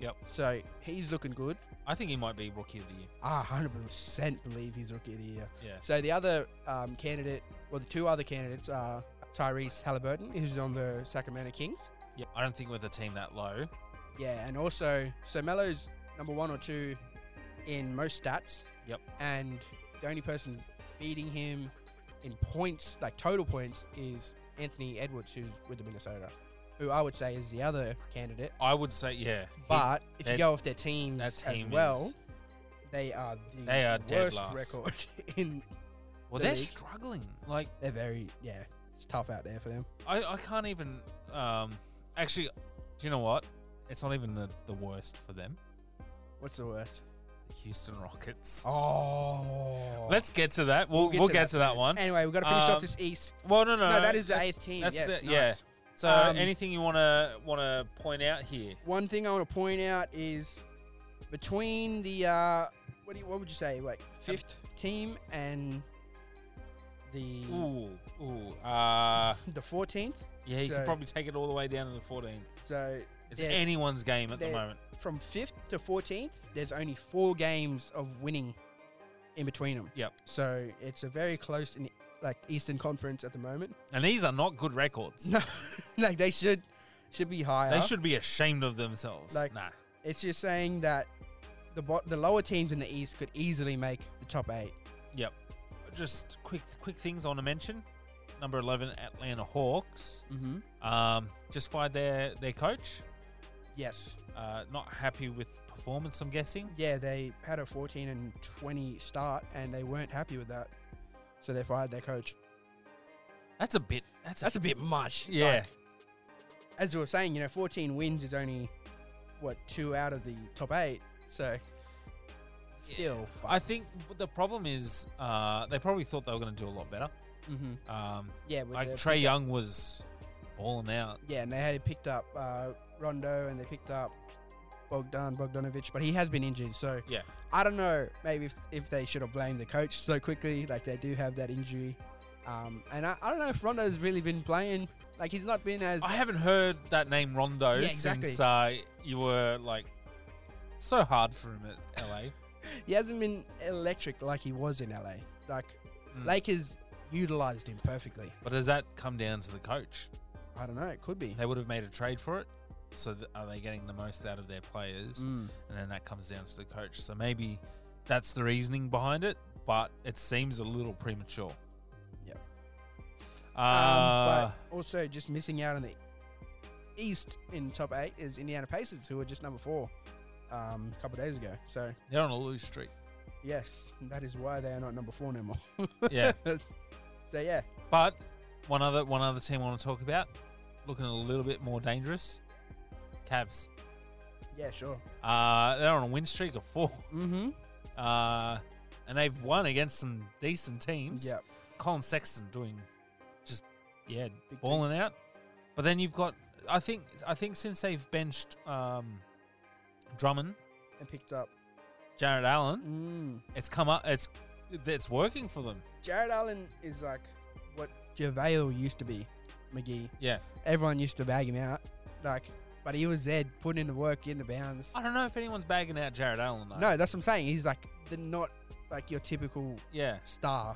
Speaker 1: Yep.
Speaker 2: So he's looking good.
Speaker 1: I think he might be rookie of the year.
Speaker 2: I hundred percent believe he's rookie of the year.
Speaker 1: Yeah.
Speaker 2: So the other um, candidate, well, the two other candidates are Tyrese Halliburton, who's on the Sacramento Kings.
Speaker 1: Yep. I don't think with a team that low.
Speaker 2: Yeah, and also, so Melo's number one or two in most stats.
Speaker 1: Yep.
Speaker 2: And the only person beating him in points, like total points, is Anthony Edwards, who's with the Minnesota, who I would say is the other candidate.
Speaker 1: I would say yeah. He-
Speaker 2: But if you
Speaker 1: that-
Speaker 2: go off their teams
Speaker 1: that team
Speaker 2: as well,
Speaker 1: is-
Speaker 2: they are the
Speaker 1: They are
Speaker 2: worst
Speaker 1: dead last.
Speaker 2: record. In
Speaker 1: well,
Speaker 2: the
Speaker 1: they're
Speaker 2: league-
Speaker 1: struggling. Like
Speaker 2: they're very yeah, it's tough out there for them.
Speaker 1: I, I can't even. Um, actually, do you know what? It's not even the, the worst for them.
Speaker 2: What's the worst?
Speaker 1: The Houston Rockets.
Speaker 2: Oh,
Speaker 1: Let's get to that. We'll, we'll get, to, that,
Speaker 2: soon.
Speaker 1: one.
Speaker 2: Anyway, we've got to finish
Speaker 1: Um,
Speaker 2: off this East.
Speaker 1: Well, no, no,
Speaker 2: No, that is the
Speaker 1: Uh, that's-
Speaker 2: eighth team.
Speaker 1: that's
Speaker 2: yes,
Speaker 1: the-
Speaker 2: nice.
Speaker 1: yeah. So,
Speaker 2: Um,
Speaker 1: anything you wanna wanna point out here?
Speaker 2: One thing I want to point out is between the uh, what do you, what would you say like fifth team and the
Speaker 1: Ooh, ooh. Uh,
Speaker 2: the fourteenth.
Speaker 1: yeah, you
Speaker 2: So-
Speaker 1: can probably take it all the way down to the 14th.
Speaker 2: So
Speaker 1: It's
Speaker 2: Yeah.
Speaker 1: anyone's game at the
Speaker 2: There-
Speaker 1: moment.
Speaker 2: from fifth to fourteenth, there's only four games of winning in between them.
Speaker 1: Yep.
Speaker 2: So it's a very close in like Eastern Conference at the moment.
Speaker 1: And these are not good records.
Speaker 2: No, like they should should be higher.
Speaker 1: They should be ashamed of themselves.
Speaker 2: Like-
Speaker 1: nah.
Speaker 2: It's just saying that the bo- the lower teams in the East could easily make the top eight.
Speaker 1: Just quick quick things I want to mention. Number 11 Atlanta Hawks.
Speaker 2: Mm-hmm.
Speaker 1: Um, just fired their their coach.
Speaker 2: Yes.
Speaker 1: Uh, not happy with performance, I'm guessing.
Speaker 2: Yeah, they had a 14 and 20 start, and they weren't happy with that, so they fired their coach.
Speaker 1: That's a bit. That's a,
Speaker 2: a bit much.
Speaker 1: yeah.
Speaker 2: As we were saying, you know, 14 wins is only what two out of the top eight, so still.
Speaker 1: I think the problem is uh, they probably thought they were going to do a lot better.
Speaker 2: hmm
Speaker 1: Um,
Speaker 2: Yeah, with
Speaker 1: like
Speaker 2: the-
Speaker 1: Trey Young was balling out.
Speaker 2: yeah, and they had picked up uh, Rondo, and they picked up Bogdan Bogdanovic, but he has been injured, so
Speaker 1: Yeah.
Speaker 2: I don't know. Maybe if, if they should have blamed the coach so quickly, like they do have that injury. Um, and I, I don't know if Rondo's really been playing. Like he's not been as
Speaker 1: I haven't heard that name Rondo
Speaker 2: Yeah, exactly.
Speaker 1: since uh, you were like so hard for him at LA.
Speaker 2: he hasn't been electric like he was in LA. Like
Speaker 1: Mm.
Speaker 2: Lakers utilized him perfectly.
Speaker 1: but does that come down to the coach?
Speaker 2: I don't know. It could be.
Speaker 1: They would have made a trade for it. So th- are they getting the most out of their players?
Speaker 2: Mm.
Speaker 1: and then that comes down to the coach. So maybe that's the reasoning behind it, but it seems a little premature.
Speaker 2: Yep.
Speaker 1: Uh,
Speaker 2: Um, but also, just missing out on the East in top eight is Indiana Pacers, who were just number four um, a couple days ago. So,
Speaker 1: they're on a lose streak.
Speaker 2: yes, that is why they are not number four anymore.
Speaker 1: Yeah.
Speaker 2: so, yeah.
Speaker 1: but one other one other team I want to talk about, looking a little bit more dangerous. Cavs.
Speaker 2: Yeah, sure.
Speaker 1: Uh, they're on a win streak of four,
Speaker 2: Mm-hmm.
Speaker 1: uh, and they've won against some decent teams.
Speaker 2: Yeah.
Speaker 1: Colin Sexton doing just yeah
Speaker 2: Big
Speaker 1: balling
Speaker 2: things.
Speaker 1: out. But then you've got I think I think since they've benched um, Drummond,
Speaker 2: And picked up.
Speaker 1: Jared Allen,
Speaker 2: Mm.
Speaker 1: it's come up. It's it's working for them.
Speaker 2: Jared Allen is like what JaVale used to be, McGee.
Speaker 1: Yeah.
Speaker 2: Everyone used to bag him out. Like, but he was there putting in the work, getting the bounds.
Speaker 1: I don't know if anyone's bagging out Jared Allen. Though.
Speaker 2: No, that's what I'm saying. He's like the not like your typical
Speaker 1: Yeah.
Speaker 2: star,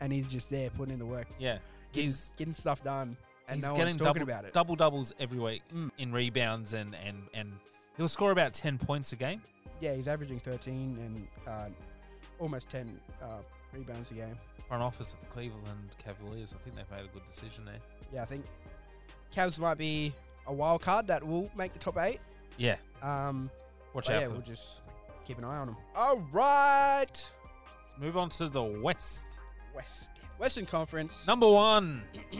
Speaker 2: and he's just there putting in the work.
Speaker 1: Yeah.
Speaker 2: getting-
Speaker 1: He's
Speaker 2: getting stuff done, and
Speaker 1: he's
Speaker 2: no
Speaker 1: getting
Speaker 2: one's
Speaker 1: double
Speaker 2: talking about it.
Speaker 1: double doubles every week
Speaker 2: Mm.
Speaker 1: in rebounds and and and he'll score about ten points a game.
Speaker 2: Yeah, he's averaging 13 and uh, almost 10 uh, rebounds a game.
Speaker 1: Front office of the Cleveland Cavaliers. I think they've made a good decision there.
Speaker 2: Yeah, I think Cavs might be a wild card that will make the top eight.
Speaker 1: Yeah.
Speaker 2: Um,
Speaker 1: Watch
Speaker 2: but
Speaker 1: out.
Speaker 2: yeah,
Speaker 1: for
Speaker 2: we'll
Speaker 1: them.
Speaker 2: just keep an eye on them. All right,
Speaker 1: Let's move on to the West.
Speaker 2: West Western Conference.
Speaker 1: Number one.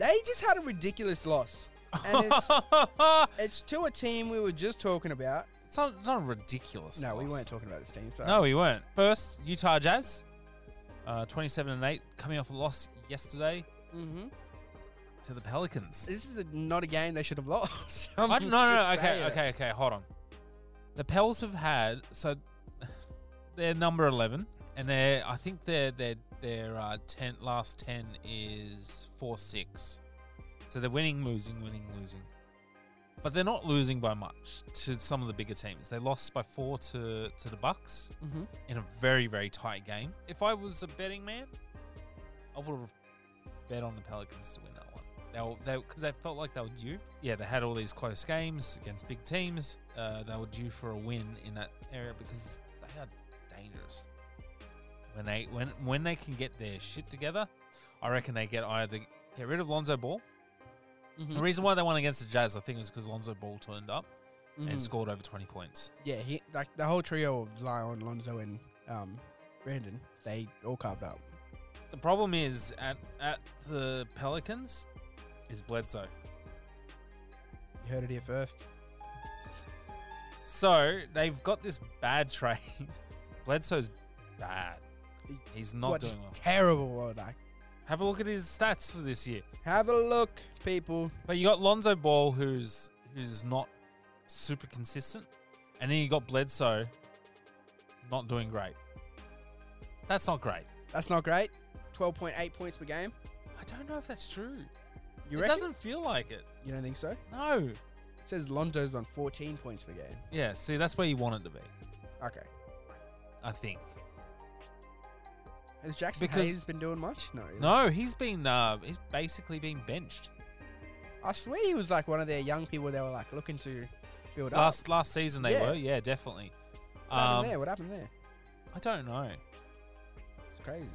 Speaker 2: they just had a ridiculous loss. And it's,
Speaker 1: it's, not,
Speaker 2: it's to a team we were just talking about.
Speaker 1: it's not a ridiculous.
Speaker 2: No, we
Speaker 1: loss.
Speaker 2: weren't talking about this team. So
Speaker 1: No, we weren't. First, Utah Jazz, uh, twenty-seven and eight, coming off a loss yesterday
Speaker 2: hmm
Speaker 1: to the Pelicans.
Speaker 2: This is a, not a game they should have lost.
Speaker 1: I,
Speaker 2: I'm
Speaker 1: no, no, no,
Speaker 2: just
Speaker 1: okay,
Speaker 2: saying it.
Speaker 1: okay, okay. Hold on. The Pels have had so they're number eleven, and they're I think their their their uh, ten last ten is four six, so they're winning, losing, winning, losing. But they're not losing by much to some of the bigger teams. They lost by four to to the Bucks.
Speaker 2: Mhm.
Speaker 1: in a very, very tight game. If I was a betting man, I would have bet on the Pelicans to win that one. They were they because they felt like they were due. Yeah, they had all these close games against big teams. Uh, they were due for a win in that area because they are dangerous. When they when when they can get their shit together, I reckon they get either get rid of Lonzo Ball.
Speaker 2: Hmm.
Speaker 1: The reason why they won against the Jazz, I think, is because Lonzo Ball turned up and
Speaker 2: Mhm.
Speaker 1: scored over twenty points.
Speaker 2: Yeah, he, like the whole trio of Zion, Lonzo, and um, Brandon, they all carved up.
Speaker 1: The problem is at at the Pelicans is Bledsoe.
Speaker 2: You heard it here first.
Speaker 1: So they've got this bad trade. Bledsoe's bad.
Speaker 2: He's-
Speaker 1: He's not
Speaker 2: What,
Speaker 1: doing
Speaker 2: just
Speaker 1: well.
Speaker 2: Terrible. World, like.
Speaker 1: Have a look at his stats for this year.
Speaker 2: Have a look, people.
Speaker 1: But you got Lonzo Ball, who's who's not super consistent, and then you got Bledsoe, not doing great. That's not great.
Speaker 2: That's not great. Twelve point eight points per game.
Speaker 1: I don't know if that's true.
Speaker 2: You
Speaker 1: it
Speaker 2: reckon?
Speaker 1: doesn't feel like it.
Speaker 2: You don't think so? It
Speaker 1: No.
Speaker 2: says Lonzo's on fourteen points per game.
Speaker 1: Yeah. See, that's where you want it to be.
Speaker 2: Okay.
Speaker 1: I think.
Speaker 2: Has Jackson
Speaker 1: Because-
Speaker 2: Hayes been doing much? No.
Speaker 1: No, he's been uh, he's basically been benched.
Speaker 2: I swear he was like one of their young people they were like looking to build up.
Speaker 1: Last last season they
Speaker 2: uh, Yeah.
Speaker 1: were, yeah, definitely.
Speaker 2: What happened
Speaker 1: Um,
Speaker 2: there? What happened there?
Speaker 1: I don't know.
Speaker 2: It's crazy.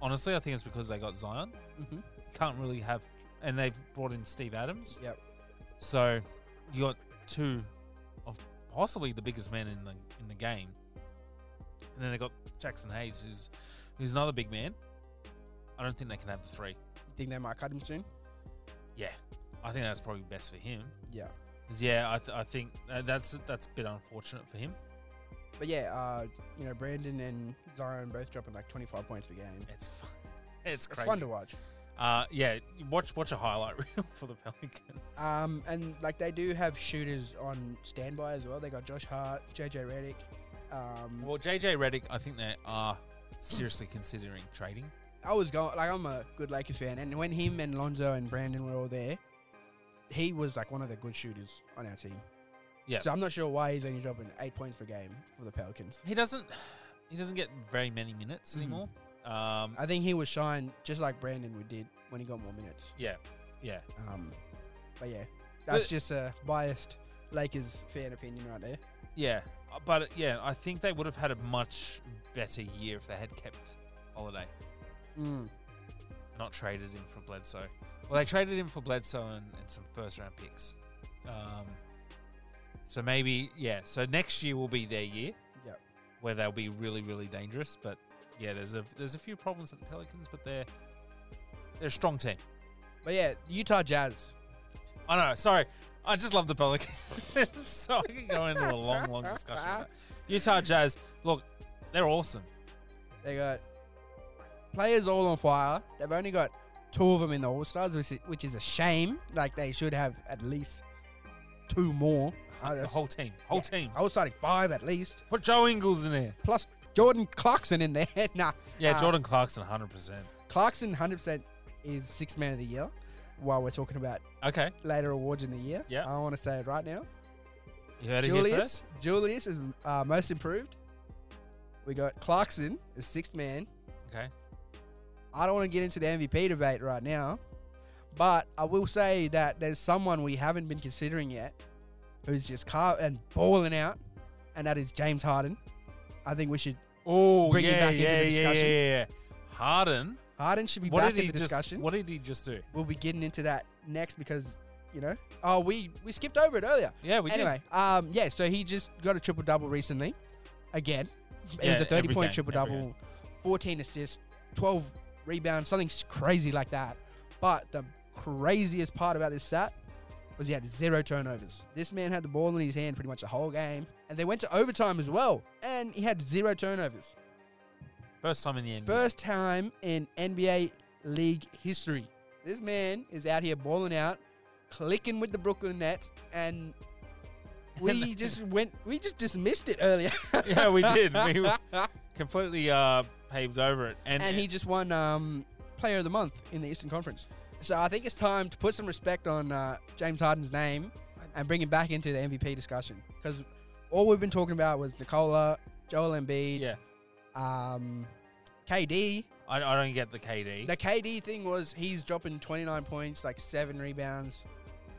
Speaker 1: Honestly, I think it's because they got Zion.
Speaker 2: Mm-hmm.
Speaker 1: Can't really have, and they've brought in Steve Adams.
Speaker 2: Yep.
Speaker 1: So you got two of possibly the biggest men in the in the game, and then they got Jackson Hayes, who's who's another big man. I don't think they can have the three.
Speaker 2: You think they might cut him soon?
Speaker 1: Yeah, I think that's probably best for him.
Speaker 2: Yeah.
Speaker 1: 'Cause, Yeah, I, th- I think uh, that's that's a bit unfortunate for him.
Speaker 2: But yeah, uh, you know, Brandon and Zion both dropping like 25 points per game.
Speaker 1: It's fun. It's
Speaker 2: It's
Speaker 1: crazy.
Speaker 2: fun to watch.
Speaker 1: Uh, yeah, watch watch a highlight reel for the Pelicans.
Speaker 2: Um, and like they do have shooters on standby as well. They got Josh Hart, JJ Redick. Um,
Speaker 1: well, JJ Redick, I think they are seriously considering trading.
Speaker 2: I was going like I'm a good Lakers fan, and when him and Lonzo and Brandon were all there, he was like one of the good shooters on our team.
Speaker 1: Yeah.
Speaker 2: So I'm not sure why he's only dropping eight points per game for the Pelicans.
Speaker 1: He doesn't he doesn't get very many minutes
Speaker 2: Mhm.
Speaker 1: anymore. Um,
Speaker 2: I think he was shined just like Brandon would did when he got more minutes.
Speaker 1: yeah, yeah.
Speaker 2: Um, but yeah, That's
Speaker 1: But-
Speaker 2: just a biased Lakers fan opinion right there.
Speaker 1: Yeah, uh, but uh, yeah, I think they would have had a much better year if they had kept Holiday,
Speaker 2: Mm.
Speaker 1: not traded him for Bledsoe. Well, they traded him for Bledsoe and, and some first round picks. Um, so maybe yeah. So next year will be their year.
Speaker 2: Yep.
Speaker 1: Where they'll be really really dangerous, but yeah, there's a there's a few problems at the Pelicans, but they're they're a strong team.
Speaker 2: But yeah, Utah Jazz.
Speaker 1: I know. Sorry, I just love the Pelicans, so I could go into a long, long discussion. About it. Utah Jazz, look, they're awesome.
Speaker 2: They got players all on fire. They've only got two of them in the All Stars, which, is- which is a shame. Like they should have at least two more. Uh,
Speaker 1: the
Speaker 2: that's-
Speaker 1: whole team, whole
Speaker 2: yeah,
Speaker 1: team.
Speaker 2: All starting five at least,
Speaker 1: Put Joe Ingles in there.
Speaker 2: plus Jordan Clarkson in there. nah,
Speaker 1: Yeah,
Speaker 2: Uh,
Speaker 1: Jordan Clarkson, hundred percent.
Speaker 2: Clarkson 100% is sixth man of the year. While we're talking about
Speaker 1: Okay,
Speaker 2: later awards in the year,
Speaker 1: Yeah.
Speaker 2: I want to say it right now.
Speaker 1: you heard it here first.
Speaker 2: Julius, Julius is uh, most improved. We got Clarkson is sixth man.
Speaker 1: Okay,
Speaker 2: I don't want to get into the MVP debate right now, but I will say that there's someone we haven't been considering yet who's just car and balling out, and that is James Harden. I think we should
Speaker 1: oh
Speaker 2: Bring him
Speaker 1: yeah,
Speaker 2: back into
Speaker 1: yeah,
Speaker 2: the discussion.
Speaker 1: yeah, yeah, yeah. Harden,
Speaker 2: Harden should be
Speaker 1: what
Speaker 2: back
Speaker 1: did
Speaker 2: in
Speaker 1: he
Speaker 2: the
Speaker 1: just?
Speaker 2: discussion.
Speaker 1: What did he just do?
Speaker 2: We'll be getting into that next because you know, oh, we we skipped over it earlier.
Speaker 1: Yeah, we
Speaker 2: anyway, um, yeah, so he just got a triple double recently, again. It
Speaker 1: Yeah,
Speaker 2: was a thirty
Speaker 1: every
Speaker 2: point
Speaker 1: game,
Speaker 2: triple
Speaker 1: every
Speaker 2: double, fourteen assists, twelve rebounds, something s- crazy like that. But the craziest part about this stat was he had zero turnovers. This man had the ball in his hand pretty much the whole game, and they went to overtime as well, and he had zero turnovers.
Speaker 1: did. First time in the NBA.
Speaker 2: First time in NBA league history. This man is out here balling out, clicking with the Brooklyn Nets, and we just went, we just dismissed it earlier.
Speaker 1: yeah, we did. We
Speaker 2: and,
Speaker 1: completely uh, paved over it, and,
Speaker 2: he just won um, Player of the Month in the Eastern Conference. So I think it's time to put some respect on uh, James Harden's name and bring him back into the MVP discussion because all we've been talking about was Nicola, Joel Embiid,
Speaker 1: yeah,
Speaker 2: um, KD.
Speaker 1: I, I don't get the KD.
Speaker 2: The KD thing was he's dropping 29 points, like seven rebounds.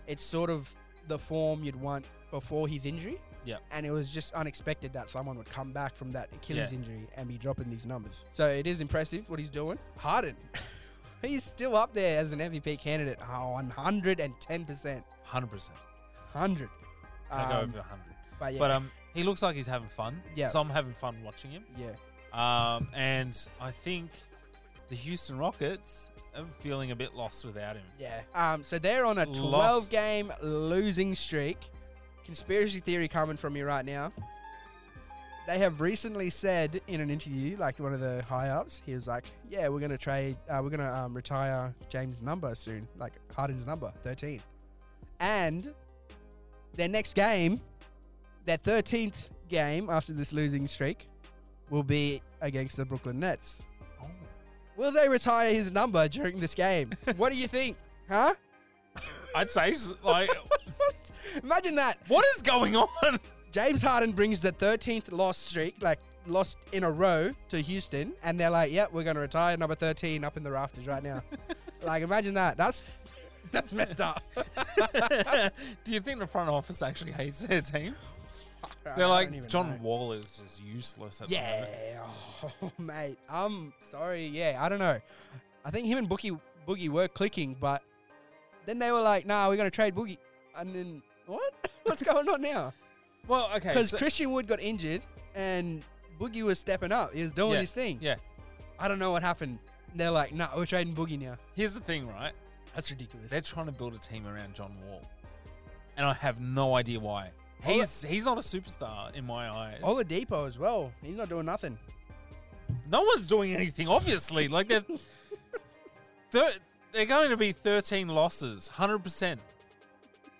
Speaker 2: It's sort of the form you'd want before his injury.
Speaker 1: Yep.
Speaker 2: And it was just unexpected that someone would come back from that Achilles
Speaker 1: Yeah.
Speaker 2: injury and be dropping these numbers. So it is impressive what he's doing. Harden, he's still up there as an MVP candidate. Oh, 110%.
Speaker 1: Hundred percent.
Speaker 2: 100.
Speaker 1: I go
Speaker 2: Um,
Speaker 1: over hundred.
Speaker 2: but yeah.
Speaker 1: But um, he looks like he's having fun.
Speaker 2: Yeah.
Speaker 1: So I'm having fun watching him.
Speaker 2: yeah.
Speaker 1: Um, and I think the Houston Rockets are feeling a bit lost without him.
Speaker 2: Yeah. Um, so they're on a 12
Speaker 1: Lost.
Speaker 2: game losing streak. Conspiracy theory coming from you right now. They have recently said in an interview, like one of the high ups, he was like, "Yeah, we're gonna trade, uh, we're gonna um, retire James' number soon, like Harden's number, 13." And their next game, their 13th game after this losing streak, will be against the Brooklyn Nets.
Speaker 1: Oh.
Speaker 2: Will they retire his number during this game? what do you think, huh?
Speaker 1: I'd say s- like,
Speaker 2: Imagine that.
Speaker 1: what is going on?
Speaker 2: James Harden brings the 13th loss streak, like lost in a row to Houston, and they're like, "Yep, we're going to retire number 13 up in the rafters right now." like, imagine that. That's that's messed up.
Speaker 1: Do you think the front office actually hates their team?
Speaker 2: I
Speaker 1: They're
Speaker 2: don't
Speaker 1: like
Speaker 2: even
Speaker 1: John
Speaker 2: know.
Speaker 1: Wall is just useless. At The
Speaker 2: Yeah,
Speaker 1: moment.
Speaker 2: oh, mate. I'm sorry. Yeah, I don't know. I think him and Boogie Boogie were clicking, but then they were like, "Nah, we're going to trade Boogie," and then what? What's going on now?
Speaker 1: Well, okay.
Speaker 2: Because
Speaker 1: so-
Speaker 2: Christian Wood got injured and Boogie was stepping up. He was doing
Speaker 1: Yeah,
Speaker 2: his thing.
Speaker 1: yeah.
Speaker 2: I don't know what happened. They're like, nah, we're trading Boogie now.
Speaker 1: here's the thing, right?
Speaker 2: That's ridiculous.
Speaker 1: They're trying to build a team around John Wall, and I have no idea why.
Speaker 2: All
Speaker 1: He's he's not a superstar in my eyes.
Speaker 2: Oh. Oladipo as well. He's not doing nothing.
Speaker 1: No one's doing anything, obviously. Like they're thir- they're going to be thirteen losses, hundred percent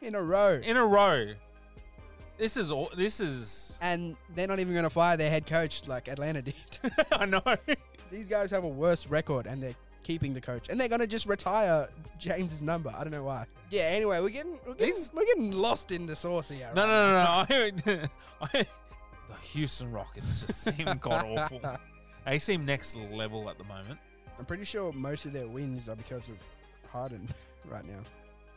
Speaker 2: In a row.
Speaker 1: in a row. This is all. This is.
Speaker 2: and they're not even going to fire their head coach like Atlanta did.
Speaker 1: I know.
Speaker 2: These guys have a worse record and they're keeping the coach. And they're going to just retire James's number. I don't know why. Yeah, anyway, we're getting we're getting,
Speaker 1: He's-
Speaker 2: we're getting lost in the sauce here.
Speaker 1: No,
Speaker 2: right?
Speaker 1: no, no, no. I, I, the Houston Rockets just seem god awful. They seem next level at the moment.
Speaker 2: I'm pretty sure most of their wins are because of Harden right now.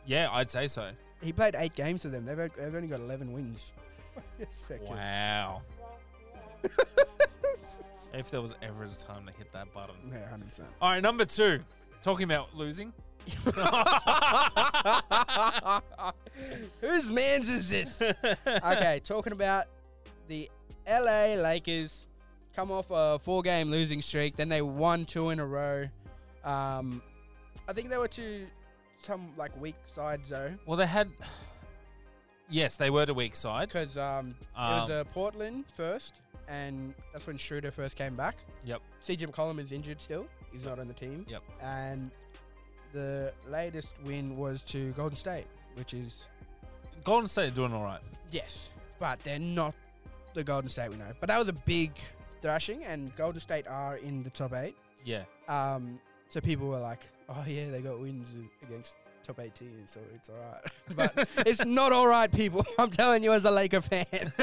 Speaker 1: Yeah, I'd say so.
Speaker 2: he played eight games for them. They've, had- they've only got 11 wins. Wait a second.
Speaker 1: Wow. If there was ever a time to hit that button.
Speaker 2: Yeah, 100%.
Speaker 1: All right, number two. Talking about losing.
Speaker 2: Whose man's is this? okay, talking about the LA Lakers come off a four game losing streak. Then they won two in a row. Um, I think they were to some like weak sides though.
Speaker 1: Well, they had. Yes, they were the weak sides.
Speaker 2: Because um, it
Speaker 1: Um,
Speaker 2: was uh, Portland first, and that's when Schroeder first came back.
Speaker 1: Yep.
Speaker 2: C. Jim Collum is injured still. He's not on the team.
Speaker 1: Yep.
Speaker 2: And the latest win was to Golden State, which is
Speaker 1: Golden State are doing all right.
Speaker 2: Yes, but they're not the Golden State we know. But that was a big thrashing, and Golden State are in the top eight.
Speaker 1: Yeah.
Speaker 2: Um, so people were like, "Oh yeah, they got wins against top eight teams, so it's all right." But it's not all right, people. I'm telling you, as a Laker fan,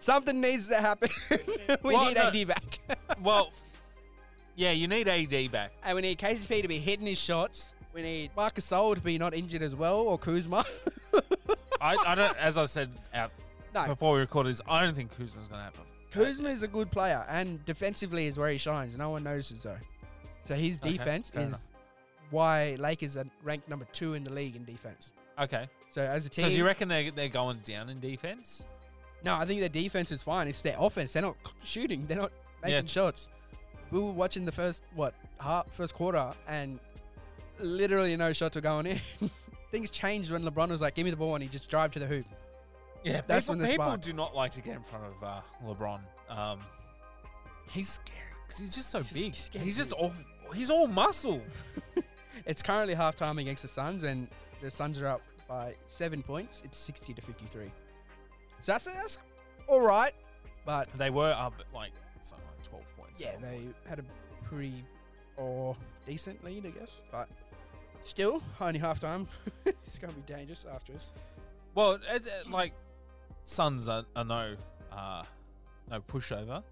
Speaker 2: something needs to happen. we
Speaker 1: Well,
Speaker 2: need
Speaker 1: no.
Speaker 2: AD back,
Speaker 1: Well, yeah, you need AD back.
Speaker 2: and we need KCP to be hitting his shots. We need Marcus Sol to be not injured as well, or Kuzma.
Speaker 1: I, I don't. As I said out
Speaker 2: No.
Speaker 1: before we recorded this, I don't think Kuzma's going to happen.
Speaker 2: Kuzma is a good player, and defensively is where he shines. No one notices though. So his
Speaker 1: Okay,
Speaker 2: defense
Speaker 1: fair
Speaker 2: is
Speaker 1: enough.
Speaker 2: why Lakers are ranked number two in the league in defense.
Speaker 1: Okay.
Speaker 2: So as a team,
Speaker 1: So do you reckon they're, they're going down in defense?
Speaker 2: no, I think their defense is fine. It's their offense. They're not c- shooting. They're not making
Speaker 1: Yeah.
Speaker 2: shots. We were watching the first what half, first quarter, and literally no shots were going in. Things changed when LeBron was like, "Give me the ball," and he just drive to the hoop.
Speaker 1: Yeah,
Speaker 2: That's
Speaker 1: people,
Speaker 2: when they
Speaker 1: people
Speaker 2: spark.
Speaker 1: do not like to get in front of uh, LeBron. Um, he's scary because he's just so
Speaker 2: He's
Speaker 1: big.
Speaker 2: scary.
Speaker 1: He's just all he's all muscle.
Speaker 2: It's currently halftime against the Suns, and the Suns are up by seven points. It's sixty to fifty-three. So that's that's all right, but
Speaker 1: They were up at like something like twelve points.
Speaker 2: yeah, they had a pretty or decent lead, I guess. But still, only halftime. it's gonna be dangerous after us.
Speaker 1: Well, it's, uh, like Suns are, are no uh, no pushover.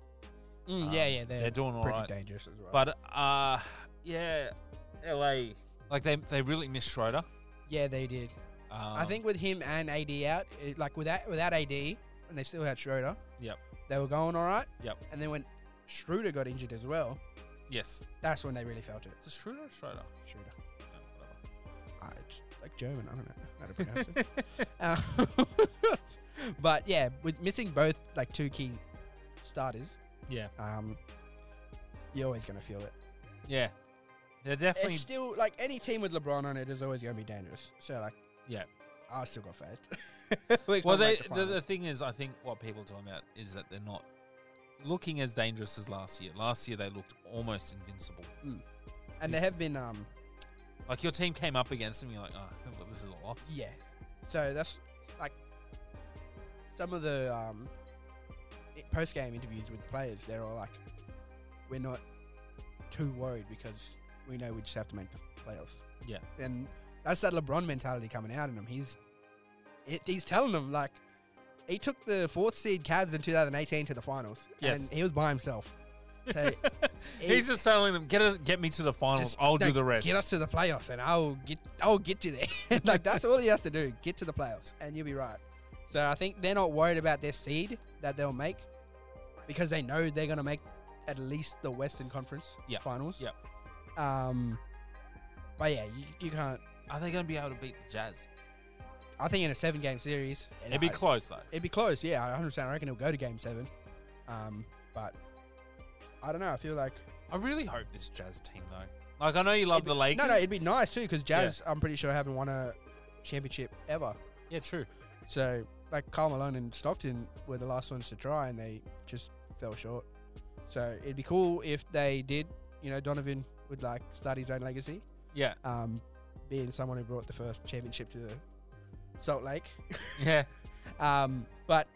Speaker 1: Mm, yeah, yeah, They're doing all
Speaker 2: Um, pretty
Speaker 1: right,
Speaker 2: dangerous as well.
Speaker 1: but uh, yeah, L.A. Like they they really missed Schroeder.
Speaker 2: yeah, they did.
Speaker 1: Um,
Speaker 2: I think with him and AD out, it, like without without AD, and they still had Schroeder.
Speaker 1: Yep.
Speaker 2: They were going all right.
Speaker 1: Yep.
Speaker 2: And then when Schroeder got injured as well,
Speaker 1: yes,
Speaker 2: that's when they really felt it.
Speaker 1: it's a Schroeder or Schroeder.
Speaker 2: Schroeder.
Speaker 1: Yeah, whatever.
Speaker 2: uh, it's like German. I don't know how to pronounce it. Uh, Um, but yeah, with missing both like two key starters,
Speaker 1: Yeah,
Speaker 2: um, you're always going to feel it.
Speaker 1: yeah, they're definitely
Speaker 2: It's still like any team with LeBron on it is always going to be dangerous. So like,
Speaker 1: Yeah.
Speaker 2: I still got faith. We
Speaker 1: Well,
Speaker 2: can't
Speaker 1: they,
Speaker 2: make the
Speaker 1: the, the
Speaker 2: finals.
Speaker 1: thing is, I think what people are talking about is that they're not looking as dangerous as last year. Last year, they looked almost invincible.
Speaker 2: and they
Speaker 1: this-
Speaker 2: have been, um,
Speaker 1: Like your team came up against them, you're like, oh, well, this is a loss.
Speaker 2: yeah. So that's like some of the um, post game interviews with the players. They're all like, "We're not too worried because we know we just have to make the playoffs."
Speaker 1: Yeah.
Speaker 2: and that's that LeBron mentality coming out in him. He's it, he's telling them like he took the fourth seed Cavs in 2018 to the finals.
Speaker 1: Yes.
Speaker 2: and he was by himself. So
Speaker 1: He's just telling them, get us, get me to the finals.
Speaker 2: just,
Speaker 1: I'll
Speaker 2: no,
Speaker 1: do the rest.
Speaker 2: Get us to the playoffs, and I'll get I'll get you there. like that's all he has to do: get to the playoffs, and you'll be right. So I think they're not worried about their seed that they'll make because they know they're going to make at least the Western Conference
Speaker 1: Yeah,
Speaker 2: finals. Yeah. Um. But yeah, you, you can't.
Speaker 1: Are they going to be able to beat the Jazz?
Speaker 2: I think in a seven-game series, and
Speaker 1: It'd be
Speaker 2: I-
Speaker 1: close though.
Speaker 2: it'd be close. Yeah, I understand. I reckon it'll go to Game Seven. Um. But I don't know. I feel like
Speaker 1: I really hope this Jazz team though. Like I know you love
Speaker 2: It'd
Speaker 1: the Lakers.
Speaker 2: no, no. It'd be nice too because Jazz. I'm pretty sure haven't won a championship ever.
Speaker 1: yeah, true.
Speaker 2: So, like Carl Malone and Stockton were the last ones to try, and they just fell short. So it'd be cool if they did. You know, Donovan would like start his own legacy,
Speaker 1: Yeah,
Speaker 2: um, being someone who brought the first championship to the Salt Lake.
Speaker 1: yeah.
Speaker 2: Um, but